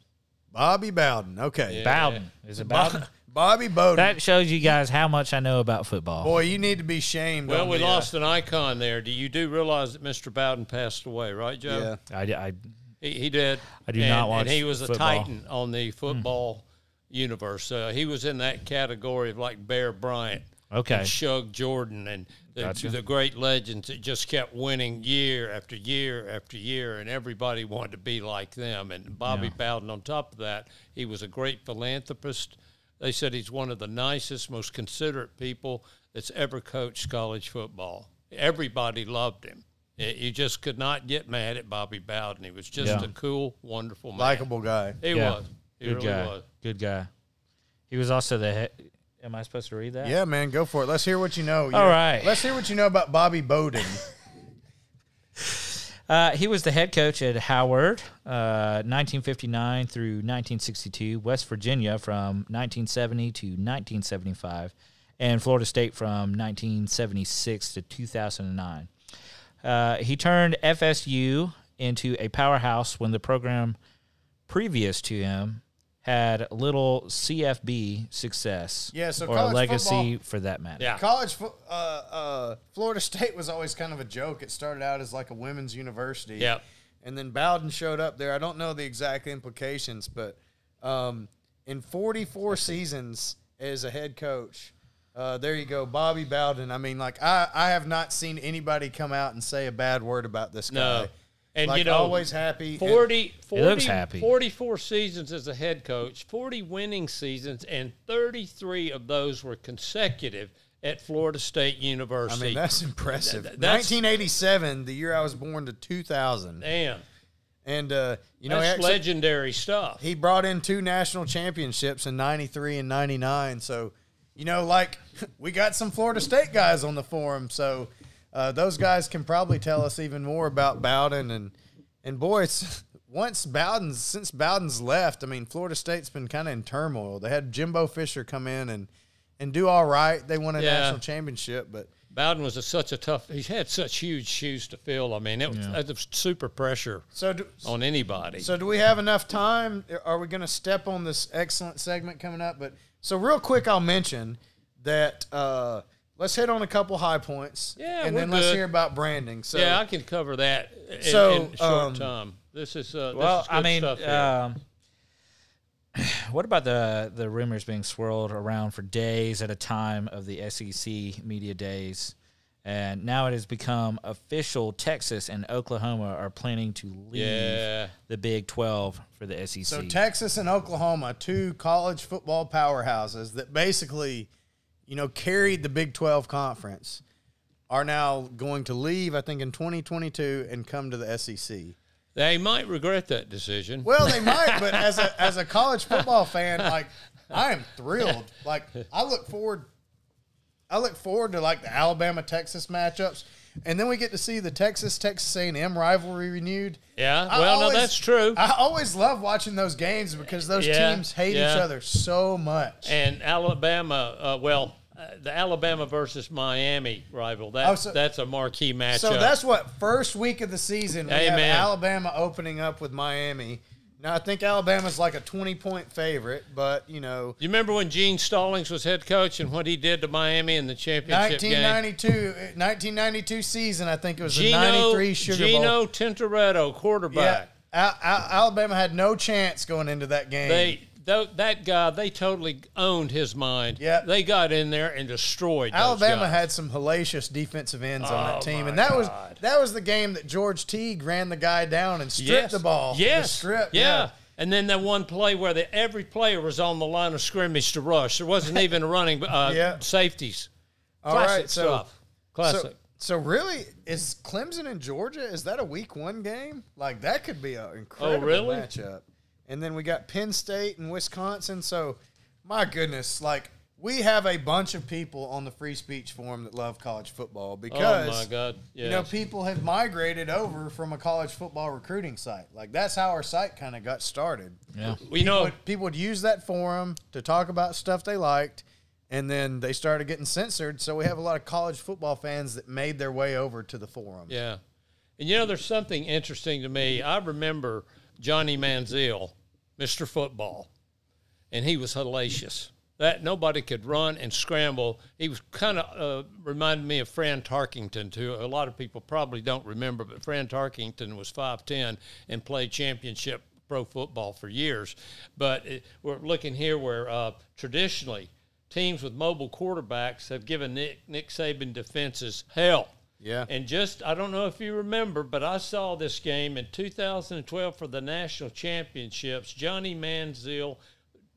S2: Bobby Bowden. Okay,
S1: Bowden is it Bowden? (laughs)
S2: Bobby Bowden.
S1: that shows you guys how much I know about football.
S2: Boy, you need to be shamed.
S3: Well,
S2: on
S3: we
S2: the, uh,
S3: lost an icon there. Do you do realize that Mr. Bowden passed away, right, Joe?
S2: yeah.
S1: I, I
S3: He, he did.
S1: I do
S3: and,
S1: not watch
S3: And he was a
S1: football. Hmm.
S3: titan on the football universe. Uh, he was in that category of like Bear Bryant,
S1: okay.
S3: and Shug Jordan, and the,
S1: Gotcha.
S3: the great legends that just kept winning year after year after year, and everybody wanted to be like them. And Bobby Bowden, on top of that, he was a great philanthropist. They said he's one of the nicest, most considerate people that's ever coached college football. Everybody loved him. Y- You just could not get mad at Bobby Bowden. He was just
S1: Yeah.
S3: a cool, wonderful man.
S2: likable guy.
S3: He
S1: Yeah.
S3: was. He
S1: Good
S3: really
S1: guy.
S3: was.
S1: Good guy. He was also the. He- Am I supposed to read that?
S2: Yeah, man, go for it. Let's hear what you know.
S1: All right.
S2: Let's hear what you know about Bobby Bowden. (laughs)
S1: Uh, he was the head coach at Howard, uh, 1959 through 1962, West Virginia from 1970 to 1975, and Florida State from 1976 to 2009. Uh, he turned FSU into a powerhouse when the program previous to him had little CFB success
S2: Yeah, so
S1: or a
S2: college
S1: legacy
S2: football-
S1: for that matter.
S3: Yeah.
S2: College, fo- uh, uh, Florida State was always kind of a joke. It started out as like a women's university.
S3: Yep.
S2: And then Bowden showed up there. I don't know the exact implications, but um, in 44 seasons as a head coach, uh, there you go, Bobby Bowden. I mean, like I, I have not seen anybody come out and say a bad word about this
S3: No.
S2: guy.
S3: And
S2: like
S3: you know,
S2: always happy.
S3: 40, 40
S1: looks happy.
S3: 44 seasons as a head coach, 40 winning seasons, and 33 of those were consecutive at Florida State
S2: I
S3: University.
S2: mean, that's impressive.
S3: Th- that's-
S2: 1987, the year I was born, to 2000,
S3: Damn.
S2: and uh, you know,
S3: That's
S2: he actually-
S3: legendary stuff.
S2: he brought in two national championships in 93 and 99 so you know like we got some florida state guys on the forum so uh, those guys can probably tell us even more about bowden and and boy it's (laughs) once bowden's since bowden's left i mean florida state's been kind of in turmoil they had jimbo fisher come in and and do all right they won a
S3: Yeah.
S2: national championship but
S3: Bowden was a, such a tough. He had such huge shoes to fill. I mean, it was, that was super pressure
S2: So do,
S3: on anybody.
S2: So do we have enough time? Are we going to step on this excellent segment coming up? But so real quick, I'll mention that uh, let's hit on a couple high points.
S3: Yeah,
S2: and
S3: we're
S2: then let's
S3: good.
S2: hear about branding. So
S3: yeah, I can cover that in,
S2: So,
S3: in short
S2: um,
S3: time. This is uh,
S1: Well,
S3: this is good
S1: I mean,
S3: stuff here.
S1: um, what about the the rumors being swirled around for days at a time of the SEC media days? And now it has become official. Texas and Oklahoma are planning to leave
S3: Yeah.
S1: the Big Twelve for the E SEC.
S2: so Texas and Oklahoma, two college football powerhouses that basically, you know, carried the Big Twelve conference, are now going to leave. I think in 2022 and come to the E SEC.
S3: they might regret that decision.
S2: Well,
S3: (laughs)
S2: they might, but as a as a college football fan, like I am thrilled. Like I look forward, I look forward to like the Alabama Texas matchups, and then we get to see the Texas Texas A and M rivalry renewed.
S3: yeah,
S2: I
S3: well,
S2: always-
S3: no, that's true.
S2: I always love watching those games because those
S3: Yeah,
S2: teams hate each
S3: yeah.
S2: other so much.
S3: and Alabama, uh, well, uh, the Alabama versus Miami rival. That,
S2: Oh, so-
S3: that's a marquee matchup.
S2: so that's what first week of the season we have
S3: Amen.
S2: Alabama opening up with Miami. Now I think Alabama's like a twenty point favorite, but you know.
S3: you remember when Gene Stallings was head coach and what he did to Miami in the championship game?
S2: 1992, uh, 1992 season, I think it was the
S3: Gino,
S2: 93 Sugar Bowl.
S3: Gino Tintoretto,
S2: Yeah,
S3: quarterback.
S2: Al- Al- Alabama had no chance going into that game.
S3: They tho- that guy, they totally owned his mind.
S2: Yeah.
S3: they got in there and destroyed. those
S2: Alabama
S3: guys.
S2: had some hellacious defensive ends on that
S3: Oh,
S2: team,
S3: my
S2: and that was
S3: God.
S2: that was the game that George Teague ran the guy down and stripped the ball.
S3: Yes,
S2: the strip.
S3: Yeah. And then that one play where the, every player was on the line of scrimmage to rush. There
S2: (laughs)
S3: wasn't even a running uh,
S2: Yeah.
S3: safeties.
S2: All
S3: Classic
S2: right, so
S3: stuff. Classic.
S2: so so really is Clemson and Georgia? Is that a Week One game? Like that could be an incredible
S3: Oh, really?
S2: matchup. And then we got Penn State and Wisconsin. So my goodness, like we have a bunch of people on the free speech forum that love college football because
S3: oh my God. Yeah.
S2: you know people have migrated over from a college football recruiting site. Like that's how our site kind of got started.
S1: yeah.
S3: we know.
S2: But people would use that forum to talk about stuff they liked, and then they started getting censored. So we have a lot of college football fans that made their way over to the forum.
S3: Yeah. And you know, there's something interesting to me. I remember Johnny Manziel, Mr. Football, and he was hellacious. That nobody could run and scramble. He was kind of uh, reminded me of Fran Tarkington too. A lot of people probably don't remember, but Fran Tarkington was five ten and played championship pro football for years. But it, we're looking here where uh, traditionally teams with mobile quarterbacks have given Nick, Nick Saban defenses hell.
S2: Yeah.
S3: And just, I don't know if you remember, but I saw this game in 2012 for the national championships. Johnny Manziel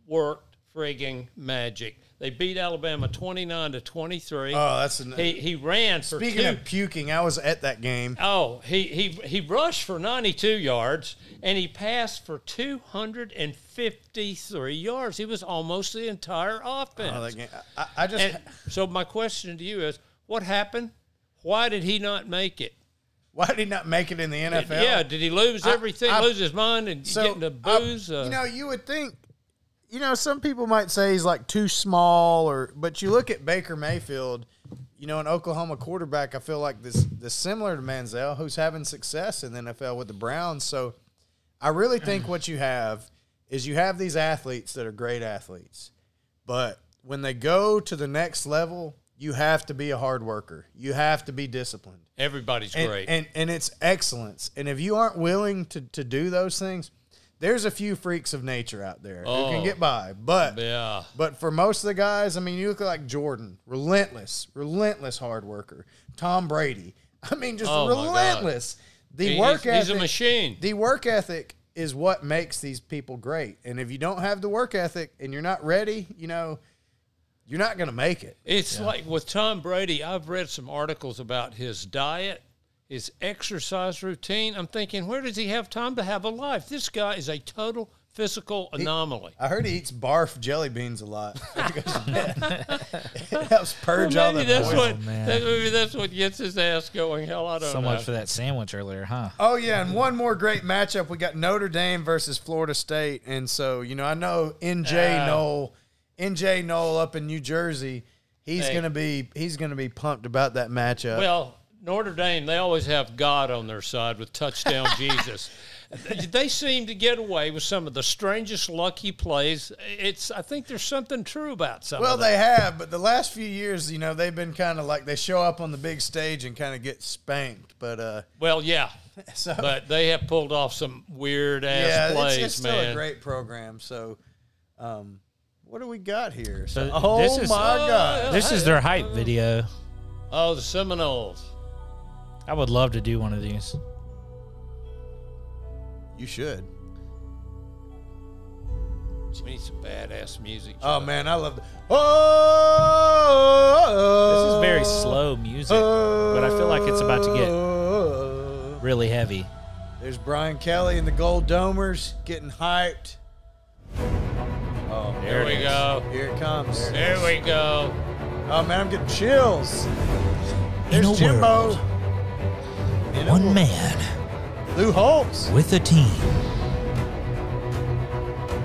S3: worked frigging magic. They beat Alabama 29 to 23.
S2: Oh, that's an,
S3: he, he ran for
S2: speaking
S3: two.
S2: of puking. I was at that game.
S3: Oh, he, he he rushed for 92 yards and he passed for 253 yards. He was almost the entire offense.
S2: Oh, that game. I, I just
S3: And so my question to you is, what happened? Why did he not make it?
S2: why did he not make it in the NFL?
S3: Yeah, did he lose
S2: I-
S3: everything,
S2: I-
S3: lose his mind, and get into
S2: I-
S3: booze? uh,
S2: you know, you would think. You know, some people might say he's like too small, or but you look at Baker Mayfield, you know, an Oklahoma quarterback. I feel like this this similar to Manziel, who's having success in the NFL with the Browns. So, I really think what you have is you have these athletes that are great athletes, but when they go to the next level, you have to be a hard worker. You have to be disciplined
S3: everybody's
S2: and,
S3: great.
S2: And and it's excellence. And if you aren't willing to, to do those things, there's a few freaks of nature out there who can
S3: Oh.
S2: get by. But
S3: yeah.
S2: but for most of the guys, I mean, you look like Jordan, relentless, relentless hard worker. Tom Brady, I mean, just
S3: Oh, my God.
S2: relentless. The
S3: He-
S2: work
S3: he's-
S2: ethic,
S3: he's a machine.
S2: The work ethic is what makes these people great. And if you don't have the work ethic and you're not ready, you know, you're not going to make it.
S3: It's like with Tom Brady, I've read some articles about his diet, his exercise routine. I'm thinking, where does he have time to have a life? This guy is a total physical anomaly.
S2: I heard he eats barf jelly beans a lot. (laughs) it helps purge
S3: Well,
S2: all the
S3: maybe that's
S2: poison.
S3: what
S1: man.
S3: that, maybe that's what gets his ass going. Hell, I don't
S1: So
S3: know.
S1: much for that sandwich earlier, huh?
S2: Oh yeah, and one more great matchup. We got Notre Dame versus Florida State, and so you know I know NJ Knoll, NJ Knoll up in New Jersey. He's
S3: Hey.
S2: gonna be he's gonna be pumped about that matchup.
S3: Well, Notre Dame, they always have God on their side
S1: (laughs)
S3: with touchdown Jesus. They seem to get away with some of the strangest lucky plays. It's I think there's something true about some.
S2: Well,
S3: of that.
S2: they have, but the last few years, you know, they've been kind of like they show up on the big stage and kind of get spanked. But uh,
S3: Well, yeah,
S2: So-
S3: but they have pulled off some weird ass
S2: yeah, it's-
S3: plays,
S2: it's, still
S3: man.
S2: a great program. So, um, what do we got here?
S1: So
S2: So, oh
S1: this is-
S2: my god,
S1: This is their hype video.
S3: oh, the Seminoles.
S1: I would love to do one of these.
S2: you should.
S3: We need some badass music.
S2: Oh man, I love. The, oh,
S1: This is very slow music, but I feel like it's about to get really heavy.
S2: There's Brian Kelly and the Gold Domers getting hyped. Oh,
S3: Here we go.
S2: Here it comes.
S3: Here we go.
S2: Oh man, I'm getting chills. There's
S1: a
S2: Jimbo.
S1: world,
S2: In a
S1: One
S2: world.
S1: man
S2: Lou Holtz.
S1: with a team.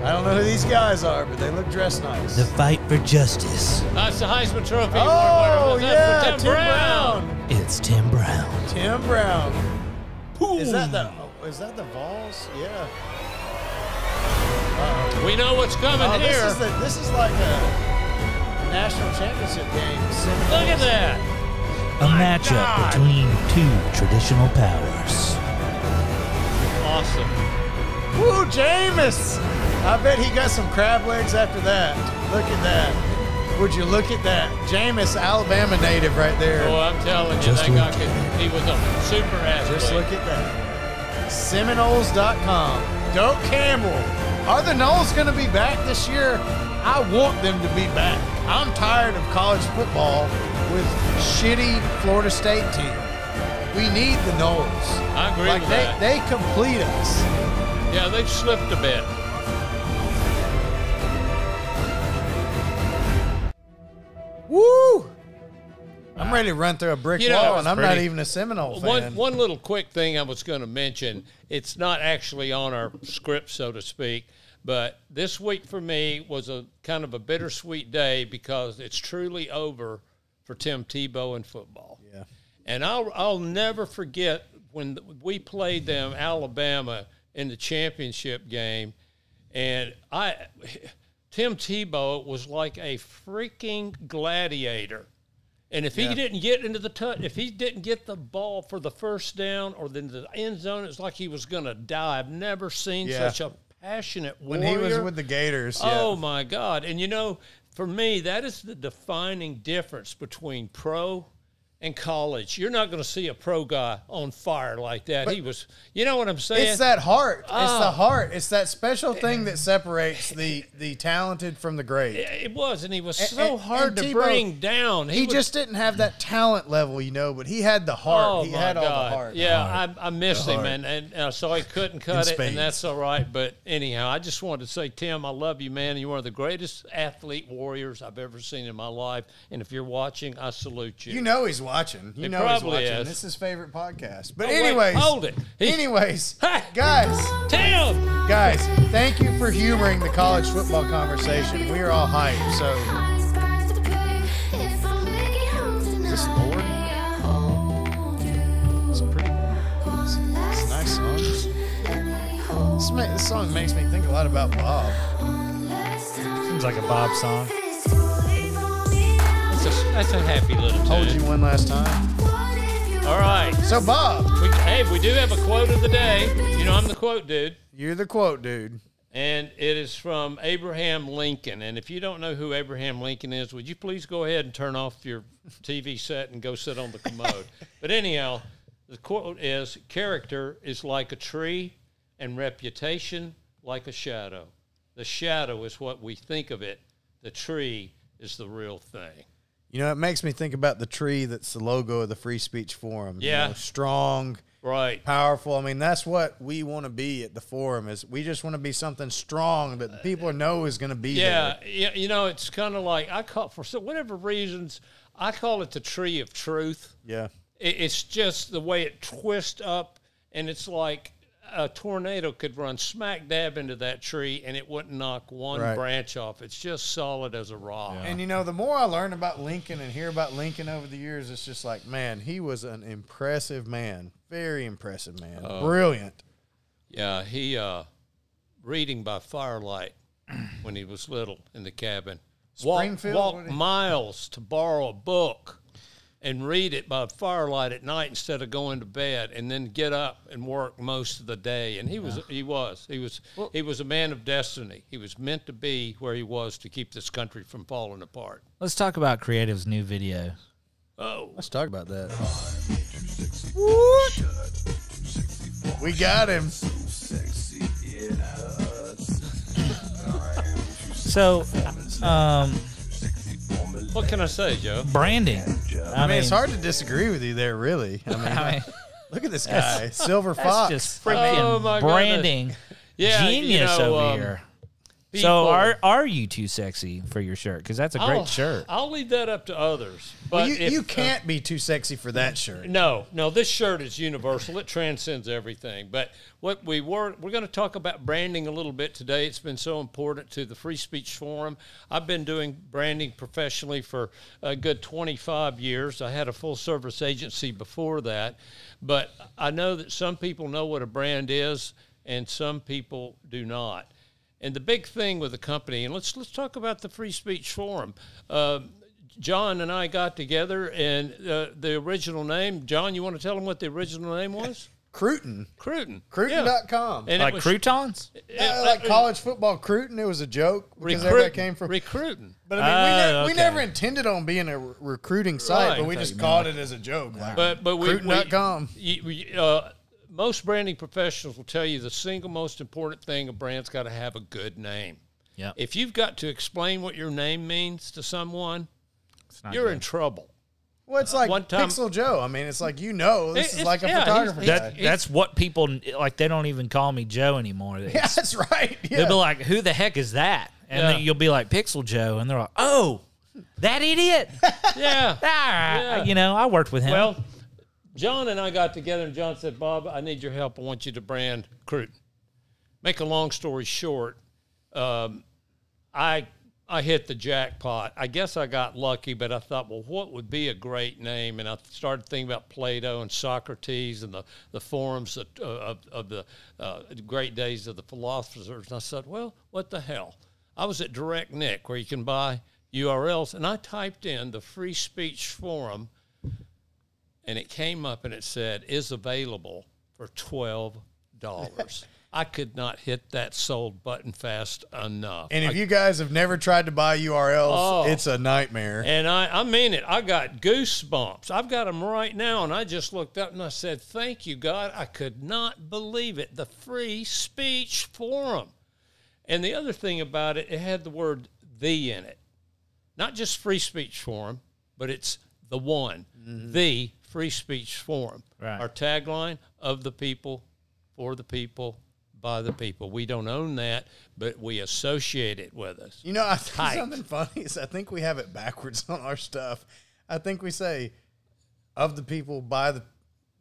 S2: I don't know who these guys are, but they look dressed nice.
S1: The fight for justice.
S3: That's the Heisman Trophy.
S2: oh
S3: Award winner.
S2: yeah,
S3: That's for
S2: Tim,
S3: Tim
S2: Brown.
S1: It's Tim Brown.
S2: Tim Brown. Is that the? oh, Is that the Vols? Yeah.
S3: We know what's coming
S2: Oh,
S3: here.
S2: this is the, This is like a national championship game.
S3: Look at that.
S1: A matchup between two traditional powers.
S3: Awesome.
S2: Woo, Jameis! I bet he got some crab legs after that. Look at that. Would you look at that? Jameis, Alabama native right there.
S3: Boy, I'm telling you,
S1: Just
S3: that guy
S1: look.
S3: could, he was a super athlete.
S2: Just look at that. Seminoles.com. Doak Campbell. Are the Knowles going to be back this year? I want them to be back. I'm tired of college football with shitty Florida State team. We need the Knowles.
S3: I agree
S2: like
S3: with
S2: they,
S3: that.
S2: they complete us.
S3: yeah, they've slipped a bit.
S2: Woo! I'm ready to run through a brick
S3: You know,
S2: wall, and I'm not
S1: pretty.
S2: even a Seminole fan.
S3: One, one little quick thing I was going to mention. It's not actually on our script, so to speak, but this week for me was a kind of a bittersweet day because it's truly over for Tim Tebow in football. Yeah. And I'll, I'll never forget when we played them, Alabama, in the championship game. And I, Tim Tebow was like a freaking gladiator. And if he didn't get into the touch, if he didn't get the ball for the first down or then the end zone, it's like he was going to die. I've never seen
S2: Yeah.
S3: such a passionate
S2: when
S3: warrior.
S2: he was with the Gators.
S3: Oh
S2: yeah.
S3: my God! And you know, for me, that is the defining difference between pro and college. You're not going to see a pro guy on fire like that. he was. You know what I'm saying?
S2: It's that heart. It's
S3: Oh.
S2: the heart. It's that special thing that separates the the talented from the great.
S3: it was, and he was
S2: And-
S3: so
S2: and-
S3: hard
S2: and
S3: to
S2: Tebow,
S3: bring down.
S2: He,
S3: was-
S2: just didn't have that talent level, you know, but he had the heart.
S3: Oh
S2: he
S3: my
S2: had
S3: God!
S2: all the heart.
S3: Yeah, I, I missed him,
S2: heart.
S3: and, and uh, so I couldn't cut it,
S2: spades.
S3: and that's all right. But anyhow, I just wanted to say, Tim, I love you, man. You're one of the greatest athlete warriors I've ever seen in my life, and if you're watching, I salute you.
S2: You know he's watching. You
S3: He
S2: know he's
S3: probably
S2: watching.
S3: is.
S2: This is his favorite podcast. But
S3: Oh, wait,
S2: anyways,
S3: hold it. He-
S2: Anyways,
S3: (laughs) Hey!
S2: guys,
S3: Tim.
S2: guys, thank you for humoring the college football conversation. We are all hyped. So
S5: This Lord?
S2: it's pretty. It's, it's a nice song. This, ma- this song makes me think a lot about Bob.
S1: Seems like a Bob song.
S3: That's a, that's a happy little
S2: Told
S3: tune.
S2: you one last time.
S3: All right.
S2: So Bob,
S3: We, hey, we do have a quote of the day. You know, I'm the quote dude.
S2: you're the quote dude.
S3: And it is from Abraham Lincoln. And if you don't know who Abraham Lincoln is, would you please go ahead and turn off your TV set and go sit on the commode? but anyhow, the quote is Character is like a tree, and reputation like a shadow. The shadow is what we think of it, the tree is the real thing.
S2: You know, it makes me think about the tree that's the logo of the Free Speech Forum. you
S3: Yeah.
S2: know, strong,
S3: Right.
S2: powerful. I mean, that's what we want to be at the forum. Is we just want to be something strong that the people know is going to be
S3: Yeah,
S2: there.
S3: yeah, you know, it's kind of like I call for so whatever reasons I call it the tree of truth.
S2: Yeah,
S3: It, it's just the way it twists up, and it's like a tornado could run smack dab into that tree and it wouldn't knock one
S2: Right.
S3: branch off. It's just solid as a rock.
S2: And you know, the more I learn about Lincoln and hear about Lincoln over the years, it's just like, man, he was an impressive man. Very impressive man. Brilliant.
S3: Yeah, he uh, reading by firelight (clears throat) when he was little in the cabin. Walk,
S2: Springfield,
S3: walk
S2: what is-
S3: miles to borrow a book and read it by firelight at night instead of going to bed and then get up and work most of the day and he was he was he was he was a man of destiny he was meant to be where he was to keep this country from falling apart
S1: Let's talk about Creative's new video.
S3: oh
S2: Let's talk about that. We got him.
S1: So, um,
S3: what can i say joe
S1: branding.
S2: I mean, it's hard to disagree with you there, really. I mean,
S1: I mean,
S2: look at this guy, Silver Fox.
S1: that's just freaking
S3: Oh, my goodness.
S1: branding.
S3: Yeah, you
S1: genius
S3: know,
S1: over
S3: um,
S1: here.
S3: people-
S1: So, are are you too sexy for your shirt? Because that's a great
S3: I'll-
S1: shirt.
S3: i'll leave that up to others but
S2: Well, you,
S3: if,
S2: you
S3: uh,
S2: can't be too sexy for that shirt.
S3: No, no, this shirt is universal. It transcends everything. But what we were we're going to talk about branding a little bit today. It's been so important to the Free Speech Forum. I've been doing branding professionally for a good 25 years. I had a full service agency before that, but I know that some people know what a brand is and some people do not. And the big thing with the company, and let's let's talk about the Free Speech Forum. Um John and I got together, and uh, the original name. John, you want to tell them what the original name was?
S2: (laughs) Cruton.
S3: Cruton.
S2: Cruton.com.
S3: And uh,
S1: Like
S3: it was
S1: croutons?
S2: Yeah, like college football Cruton, it was a joke because
S3: recruiting-
S2: everybody came from.
S3: recruiting.
S2: But I mean,
S1: Oh,
S2: we, ne-
S1: okay.
S2: we never intended on being a re- recruiting site,
S3: Ah, Right.
S2: but we just called it as a joke. Like,
S3: But but we, we
S2: Cruton.com.
S3: you- we, uh, most branding professionals will tell you the single most important thing a brand's got to have a good name.
S1: Yep.
S3: If you've got to explain what your name means to someone,
S1: It's not
S3: you're
S1: good.
S3: in trouble.
S2: well, it's like
S3: one time-
S2: Pixel Joe. I mean, it's like you know, this
S3: It-
S2: is
S3: it's-
S2: like a
S3: yeah, he's-
S2: photographer.
S3: he's-
S2: guy.
S1: That, that's what people like. They don't even call me Joe anymore. They-
S2: Yeah, (laughs) that's right.
S1: They'll
S2: Yeah.
S1: be like, "Who the heck is that?" And
S3: Yeah.
S1: then you'll be like, "Pixel Joe," and they're like, "Oh, that idiot." ah,
S3: Yeah. Yeah.
S1: You know, I worked with him.
S3: Well, John and I got together, and John said, "Bob, I need your help. I want you to brand Cruton." Make a long story short, um, I I hit the jackpot. I guess I got lucky, but I thought, well, what would be a great name? And I started thinking about Plato and Socrates and the the forums of of, of the uh, great days of the philosophers. And I said, well, what the hell? I was at Direct Nick, where you can buy URLs, and I typed in the Free Speech Forum and it came up and it said is available for twelve dollars. I could not hit that sold button fast enough.
S2: and if you guys have never tried to buy URLs,
S3: Oh.
S2: it's a nightmare.
S3: And I, I mean it. I got goosebumps. I've got them right now. And I just looked up and I said, Thank you, God. I could not believe it. The free speech forum. And the other thing about it, it had the word the in it. Not just free speech forum, but it's the one, the free speech forum.
S1: Right.
S3: Our tagline of the people, for the people, by the people. We don't own that, but we associate it with us.
S2: You know, I think
S3: Tight.
S2: something funny is I think we have it backwards on our stuff. I think we say of the people by the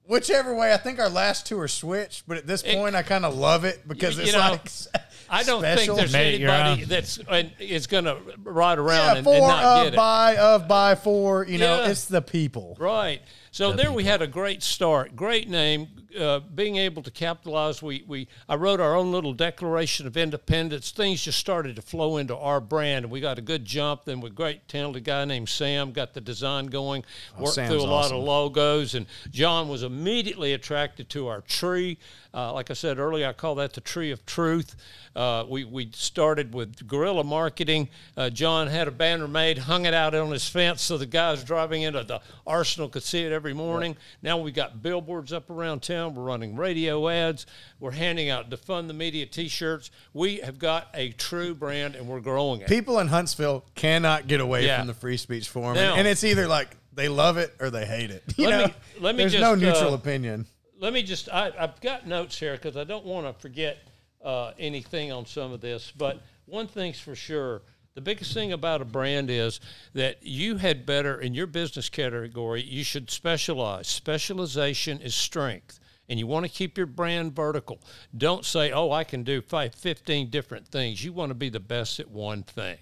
S2: whichever way. I think our last two are switched, but at this point, I kind of love it because
S3: you
S2: it's
S3: know,
S2: like
S3: (laughs) I don't
S2: special.
S3: think there's
S1: Made it your
S3: anybody
S1: own.
S3: that's and is going to ride
S2: yeah,
S3: around and,
S2: for uh,
S3: and not
S2: of
S3: get it.
S2: by of by for. You know,
S3: Yeah.
S2: it's the people.
S3: Right. So there we had a great start, great name, uh, being able to capitalize. We, we I wrote our own little Declaration of Independence. Things just started to flow into our brand, and we got a good jump. Then with great talented guy named Sam, got the design going, worked
S2: Oh, Sam's
S3: through a lot
S2: awesome.
S3: of logos, and John was immediately attracted to our tree. Uh, like I said earlier, I call that the tree of truth. Uh, we we started with guerrilla marketing. Uh, John had a banner made, hung it out on his fence, so the guys driving into the arsenal could see it every morning. Now we got billboards up around town. We're running radio ads. We're handing out defund the media T-shirts. We have got a true brand, and we're growing it.
S2: People in Huntsville cannot get away
S3: Yeah.
S2: from the free speech forum,
S3: Now-
S2: and it's either like they love it or they hate it. (laughs) You
S3: Let
S2: know,
S3: me- let me
S2: there's
S3: just,
S2: no neutral
S3: uh,
S2: opinion.
S3: let me just I, i've got notes here because i don't want to forget uh, anything on some of this but one thing's for sure the biggest thing about a brand is that you had better in your business category you should specialize specialization is strength and you want to keep your brand vertical. Don't say, oh, I can do five, 15 different things. You want to be the best at one thing.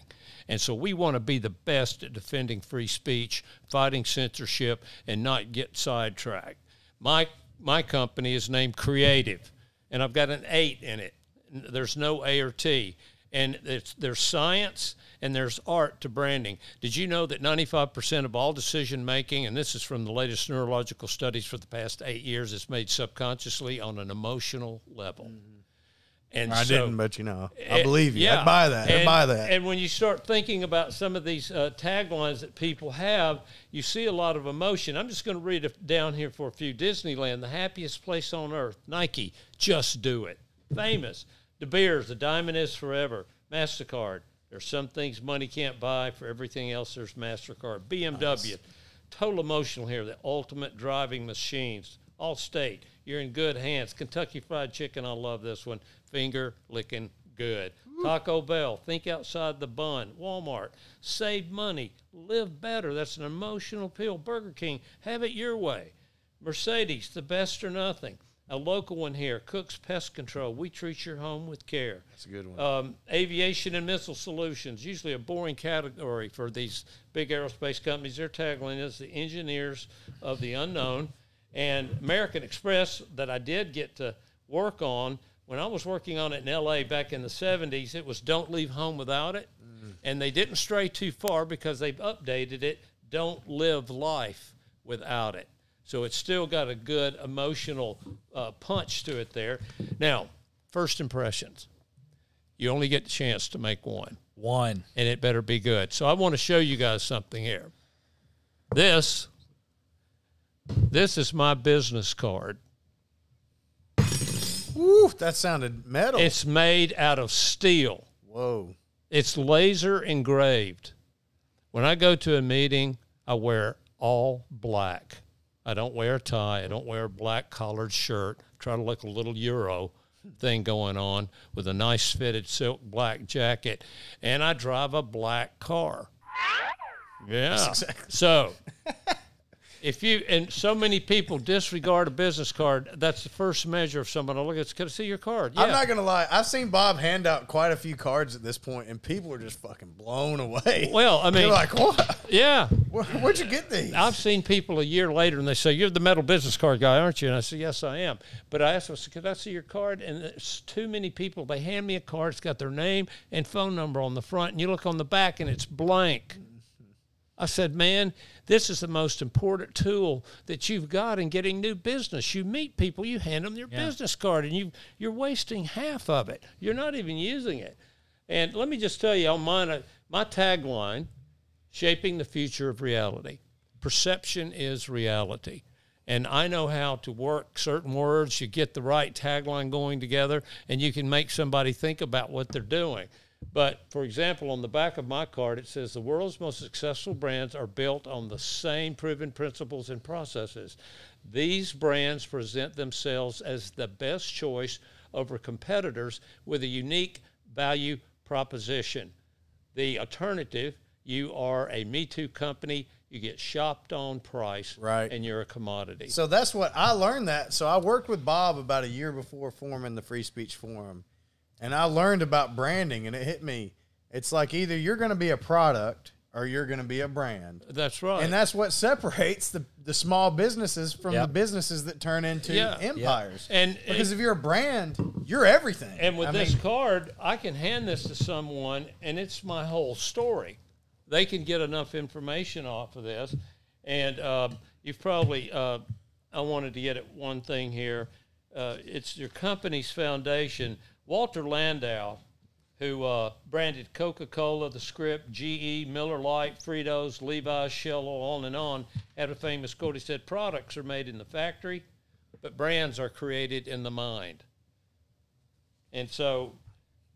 S3: And so we want to be the best at defending free speech, fighting censorship, and not get sidetracked. My, my company is named Creative, and I've got an eight in it. N- There's no A or T. And it's, there's science and there's art to branding. Did you know that 95% of all decision making, and this is from the latest neurological studies for the past eight years, is made subconsciously on an emotional level? And
S2: Mm-hmm. I
S3: so-
S2: didn't, but you know, I
S3: it-
S2: believe you.
S3: yeah.
S2: I buy that.
S3: And,
S2: I buy that.
S3: And when you start thinking about some of these uh, taglines that people have, you see a lot of emotion. I'm just going to read it down here for a few. Disneyland, the happiest place on earth. Nike, just do it. Famous. De Beers, the diamond is forever. Mastercard. There's some things money can't buy. For everything else, there's Mastercard. BMW. Total emotional here. The ultimate driving machines. All state. You're in good hands. Kentucky Fried Chicken. I love this one. Finger licking good. Taco Bell. Think outside the bun. Walmart. Save money. Live better. That's an emotional appeal. Burger King. Have it your way. Mercedes. The best or nothing. A local one here. Cook's Pest Control. We treat your home with care. That's
S2: a good one.
S3: um, aviation and missile solutions, usually a boring category for these big aerospace companies. Their tagline is the engineers of the unknown. And American Express, that I did get to work on, when I was working on it in LA back in the 70s, it was Don't Leave Home Without It. And they didn't stray too far because they've updated it Don't Live Life Without It. So it's still got a good emotional uh, punch to it there. Now, first impressions. You only get the chance to make one,
S1: One.
S3: and it better be good. So I want to show you guys something here. This, this is my business card.
S2: Woo, that sounded metal.
S3: It's made out of steel.
S2: Whoa.
S3: It's laser engraved. When I go to a meeting, I wear all black. I don't wear a tie. I don't wear a black collared shirt. Try to look a little Euro thing going on with a nice fitted silk black jacket. And I drive a black car.
S2: (laughs)
S3: Yeah. So if you and so many people disregard a business card, that's the first measure of someone. I look at, can I see your card?
S2: I'm not gonna lie. I've seen Bob hand out quite a few cards at this point, and people are just fucking blown away.
S3: (laughs) Well, I
S2: They're
S3: mean-
S2: like, what?
S3: yeah.
S2: Where, would you get these?
S3: I've seen people a year later and they say, You're the metal business card guy, aren't you? And I say, Yes, I am. But I asked them, I said, Could I see your card? And it's too many people. They hand me a card. It's got their name and phone number on the front. And you look on the back and it's blank. I said, Man, this is the most important tool that you've got in getting new business. You meet people, you hand them your business card, and you, you're wasting half of it. You're not even using it. And let me just tell you on mine, I- my tagline shaping the future of reality. Perception is reality. And I know how to work certain words. You get the right tagline going together, and you can make somebody think about what they're doing. But for example, on the back of my card, it says the world's most successful brands are built on the same proven principles and processes. These brands present themselves as the best choice over competitors with a unique value proposition. The alternative, you are a Me Too company, you get shopped on price,
S2: Right.
S3: and you're a commodity.
S2: So that's what I learned that. So I worked with Bob about a year before forming the Free Speech Forum, and I learned about branding, and it hit me. It's like either you're going to be a product or you're going to be a brand.
S3: that's right.
S2: And that's what separates the, the small businesses from
S1: Yep.
S2: the businesses that turn into
S3: Yeah.
S2: empires.
S3: And-
S2: because if you're a brand, you're everything.
S3: and with
S2: I
S3: this
S2: mean,
S3: card, I can hand this to someone, and it's my whole story. They can get enough information off of this, and um, you've probably. Uh, I wanted to get at one thing here. Uh, it's your company's foundation. Walter Landau, who uh, branded Coca Cola, the script, GE, Miller Lite, Fritos, Levi's, Shell, on and on, had a famous quote. He said, Products are made in the factory, but brands are created in the mind. And so,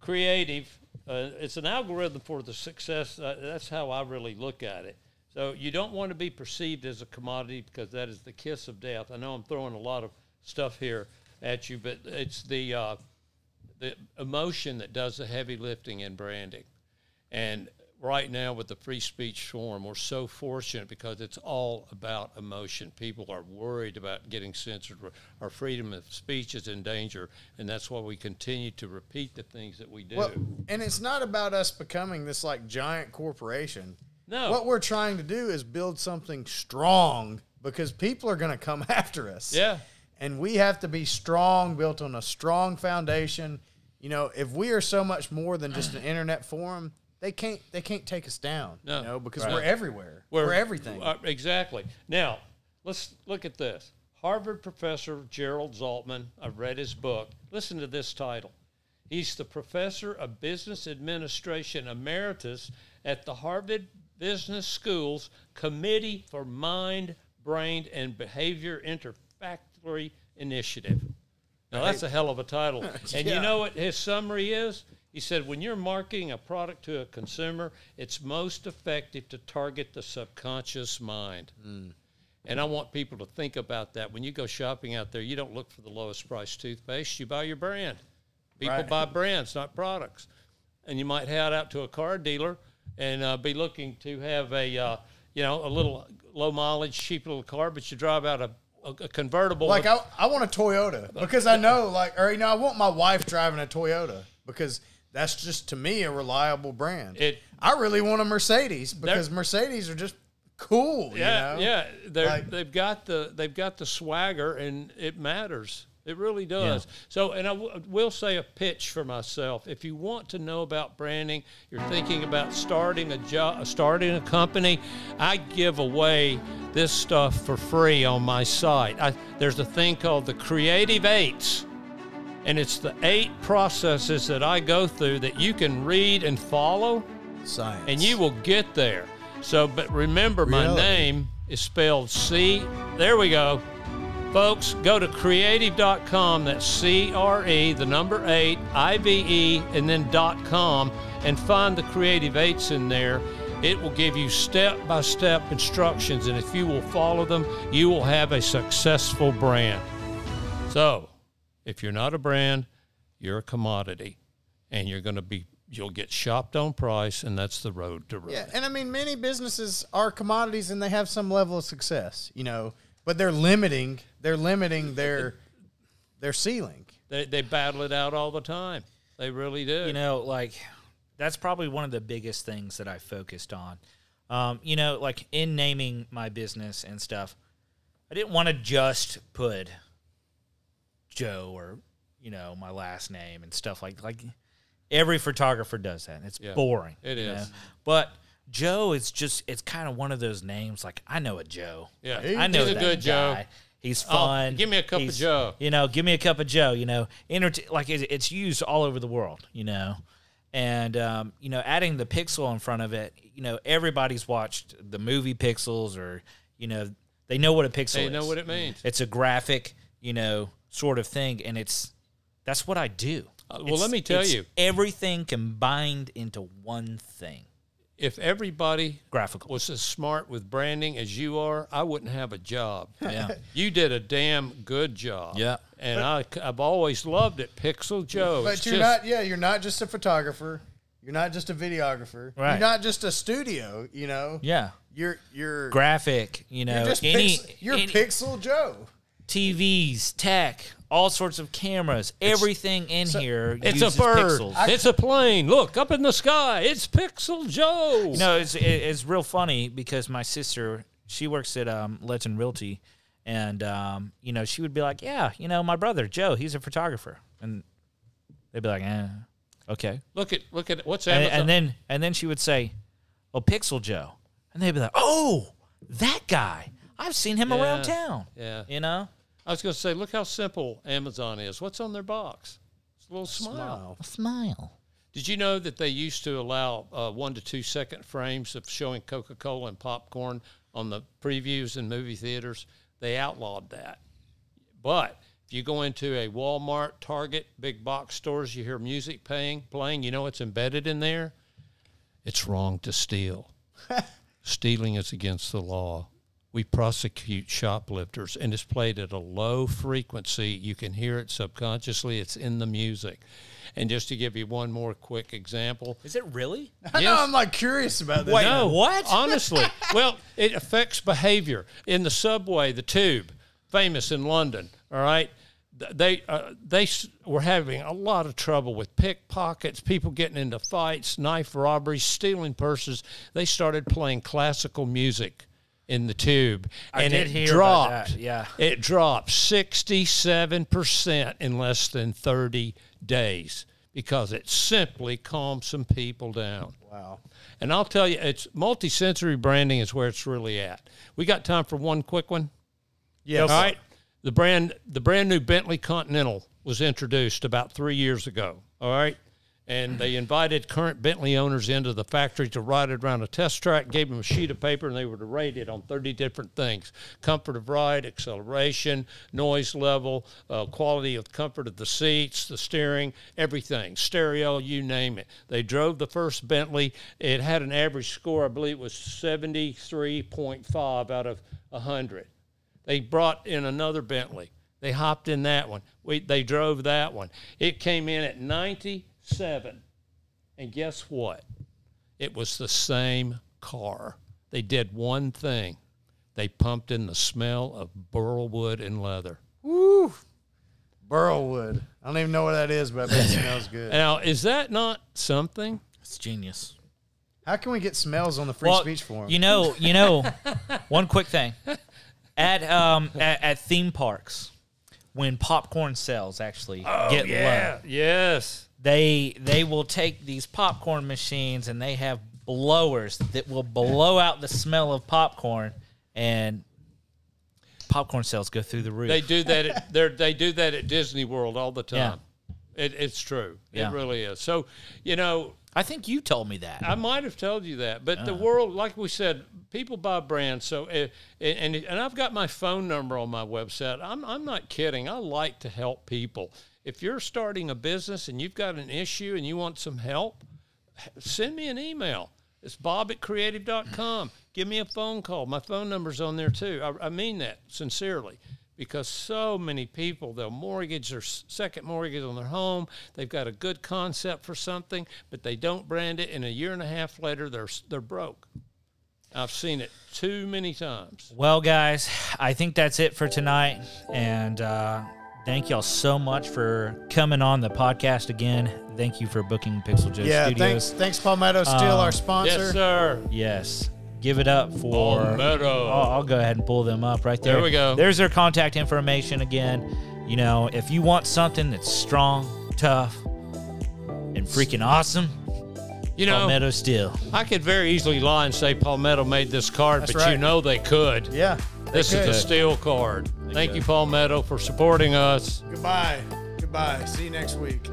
S3: creative, uh, it's an algorithm for the success. Uh, that's how I really look at it. So, you don't want to be perceived as a commodity because that is the kiss of death. I know I'm throwing a lot of stuff here at you, but it's the, uh, the emotion that does the heavy lifting in branding. And right now with the free speech forum, we're so fortunate because it's all about emotion. People are worried about getting censored. Our freedom of speech is in danger, and that's why we continue to repeat the things that we do.
S2: Well, and it's not about us becoming this like giant corporation.
S3: No.
S2: What we're trying to do is build something strong because people are going to come (laughs) after us.
S3: Yeah.
S2: And we have to be strong, built on a strong foundation. You know, if we are so much more than just an internet forum, they can't they can't take us down.
S3: No.
S2: You know, because
S3: Right.
S2: we're everywhere. We're, everything.
S3: uh, exactly. Now, let's look at this. Harvard professor Gerald Zaltman, I've read his book. Listen to this title. He's the professor of business administration emeritus at the Harvard Business School's Committee for Mind, Brain, and Behavior Interfactory Initiative. Now, that's a hell of a title. And
S2: (laughs)
S3: you
S2: Yeah.
S3: know what his summary is? He said, when you're marketing a product to a consumer, it's most effective to target the subconscious mind.
S2: Hmm.
S3: And I want people to think about that. When you go shopping out there, you don't look for the lowest price toothpaste, you buy your brand. People
S2: Right.
S3: buy brands, not products. And you might head out to a car dealer and uh, be looking to have a, uh, you know, a little low mileage, cheap little car, but you drive out a, a, a convertible.
S2: Like
S3: with-
S2: I, I want a Toyota because I know like or you know I want my wife driving a Toyota because that's just to me a reliable brand.
S3: It-
S2: I really want a Mercedes because Mercedes are just cool.
S3: Yeah,
S2: you know?
S3: yeah. They're,
S2: Like-
S3: they've got the they've got the swagger, and it matters. It really does. So, and I w- will say a pitch for myself. If you want to know about branding, you're thinking about starting a job, starting a company. I give away this stuff for free on my site. I, there's a thing called the Creative Eights. And it's the eight processes that I go through that you can read and follow
S2: Science.
S3: and you will get there. So, but remember, my
S2: Reality.
S3: name is spelled C. There we go. Folks, go to creative.com. That's C R E, the number eight, I V E, and then dot .com, and find the Creative Eights in there. It will give you step by step instructions, and if you will follow them, you will have a successful brand. So, if you're not a brand, you're a commodity, and you're going to be you'll get shopped on price, and that's the road to ruin.
S2: Yeah, and I mean, many businesses are commodities, and they have some level of success, you know, but they're limiting, they're limiting their their ceiling.
S3: They they battle it out all the time. They really do.
S1: you know like that's probably one of the biggest things that i focused on um, you know like in naming my business and stuff i didn't want to just put joe or you know my last name and stuff like like every photographer does that and it's
S3: Yeah,
S1: boring
S3: it
S1: you
S3: is.
S1: know? but joe is just it's kind of one of those names like i know a joe
S3: Yeah.
S1: Like, i know
S3: He's a
S1: that
S3: good Joe.
S1: guy. he's
S3: Oh,
S1: fun
S3: give me a cup of
S1: He's-
S3: Joe.
S1: you know, give me a cup of Joe, you know, Entert- like it, it's used all over the world, you know, and um, you know, adding the pixel in front of it, you know, everybody's watched the movie Pixels, or you know, they know what a pixel
S3: They
S1: is.
S3: know what it means.
S1: It's a graphic, you know, sort of thing, and it's that's what I do.
S3: well,
S1: Uh, It's-
S3: let me tell
S1: it's
S3: you.
S1: everything combined into one thing.
S3: If everybody
S1: Graphical.
S3: was as smart with branding as you are, I wouldn't have a job.
S1: (laughs) Yeah.
S3: You did a damn good job.
S1: Yeah.
S3: And I, I've always loved it, Pixel Joe.
S2: But
S3: It's
S2: you're
S3: just-
S2: not, yeah, you're not just a photographer, you're not just a videographer,
S1: Right.
S2: you're not just a studio, you know.
S1: yeah.
S2: you're you're
S1: Graphic, you know,
S2: you're just
S1: any
S2: pix- you're
S1: any-
S2: Pixel Joe. (laughs)
S1: TVs, tech, all sorts of cameras, everything in here.
S3: It's
S1: uses
S3: a bird.
S1: Pixels.
S3: it's a plane. Look up in the sky. It's Pixel Joe.
S1: no, it's it, it's real funny because my sister she works at um, Legend Realty, and um, you know she would be like, yeah, you know my brother Joe, he's a photographer, and they'd be like, eh, okay,
S3: Look at look at what's
S1: and,
S3: Amazon.
S1: and then and then she would say, well Pixel Joe, and they'd be like, oh that guy, I've seen him around
S3: Yeah,
S1: town,
S3: yeah.
S1: you know,
S3: I was going to say, look how simple Amazon is. What's on their box? It's a little smile.
S1: a smile.
S3: Did you know that they used to allow uh, one to two second frames of showing Coca Cola and popcorn on the previews in movie theaters? They outlawed that. But if you go into a Walmart, Target, big box stores, you hear music paying, playing, you know what's embedded in there? It's wrong to steal. Stealing is against the law. we prosecute shoplifters, and it's played at a low frequency. You can hear it subconsciously, it's in the music. And just to give you one more quick example,
S1: Is it really?
S2: I know I'm like curious about this.
S1: Wait,
S3: no,
S1: what? (laughs)
S3: Honestly, well, it affects behavior in the subway, the tube, famous in London. All right, Th- they uh, they s- were having a lot of trouble with pickpockets, people getting into fights, knife robberies, stealing purses. They started playing classical music in the tube,
S1: I
S3: and
S1: did
S3: it
S1: hear about
S3: dropped.
S1: that, yeah.
S3: it dropped sixty-seven percent in less than thirty days because it simply calmed some people down. Wow. And I'll tell you, it's multisensory branding is where it's really at. We got time for one quick one.
S2: Yes.
S3: All right. The brand the brand new Bentley Continental was introduced about three years ago. All right. And they invited current Bentley owners into the factory to ride it around a test track, gave them a sheet of paper, and they were to rate it on 30 different things comfort of ride, acceleration, noise level, uh, quality of comfort of the seats, the steering, everything, stereo, you name it. They drove the first Bentley. It had an average score, I believe it was 73.5 out of 100. They brought in another Bentley. They hopped in that one. We, they drove that one. It came in at 97. And guess what? It was the same car. They did one thing they pumped in the smell of burlwood and leather.
S2: Burlwood. I don't even know what that is, but it smells
S3: (laughs)
S2: good.
S3: Now, is that not something?
S1: It's genius.
S2: How can we get smells on the free
S1: Well,
S2: speech forum?
S1: You know, you know. one quick thing at um at, at theme parks when popcorn sales actually get low,
S3: Yes.
S1: they they will take these popcorn machines and they have blowers that will blow out the smell of popcorn and popcorn sales go through the roof.
S3: They do that. At, they're, they do that at Disney World all the
S1: Yeah.
S3: time. It, it's true.
S1: Yeah.
S3: It really is. So, you know,
S1: I think you told me that.
S3: I might have told you that, but the world, like we said, people buy brands. So, uh, and and I've got my phone number on my website. I'm I'm not kidding. I like to help people. If you're starting a business and you've got an issue and you want some help, send me an email. It's bob at creative.com. Give me a phone call. My phone number's on there too. I, I mean that sincerely because so many people, they'll mortgage their s- second mortgage on their home. They've got a good concept for something, but they don't brand it. And a year and a half later, they're, s- they're broke. I've seen it too many times.
S1: Well, guys, I think that's it for tonight. And uh, thank y'all so much for coming on the podcast again. Thank you for booking Pixel Joe
S2: yeah,
S1: Studios.
S2: thanks, thanks, Palmetto Steel, our sponsor.
S3: Yes, sir.
S1: Yes. Give it up for.
S3: Palmetto.
S1: Oh, I'll go ahead and pull them up right there.
S3: There we go.
S1: There's their contact information again. You know, if you want something that's strong, tough, and freaking awesome,
S3: You know,
S1: Palmetto Steel.
S3: I could very easily lie and say Palmetto made this card,
S2: That's
S3: but you
S2: right.
S3: know they could.
S2: Yeah. they
S3: This is
S2: could.
S3: a steel card. Thank you, Palmetto, for supporting us.
S2: Goodbye. Goodbye. See you next week.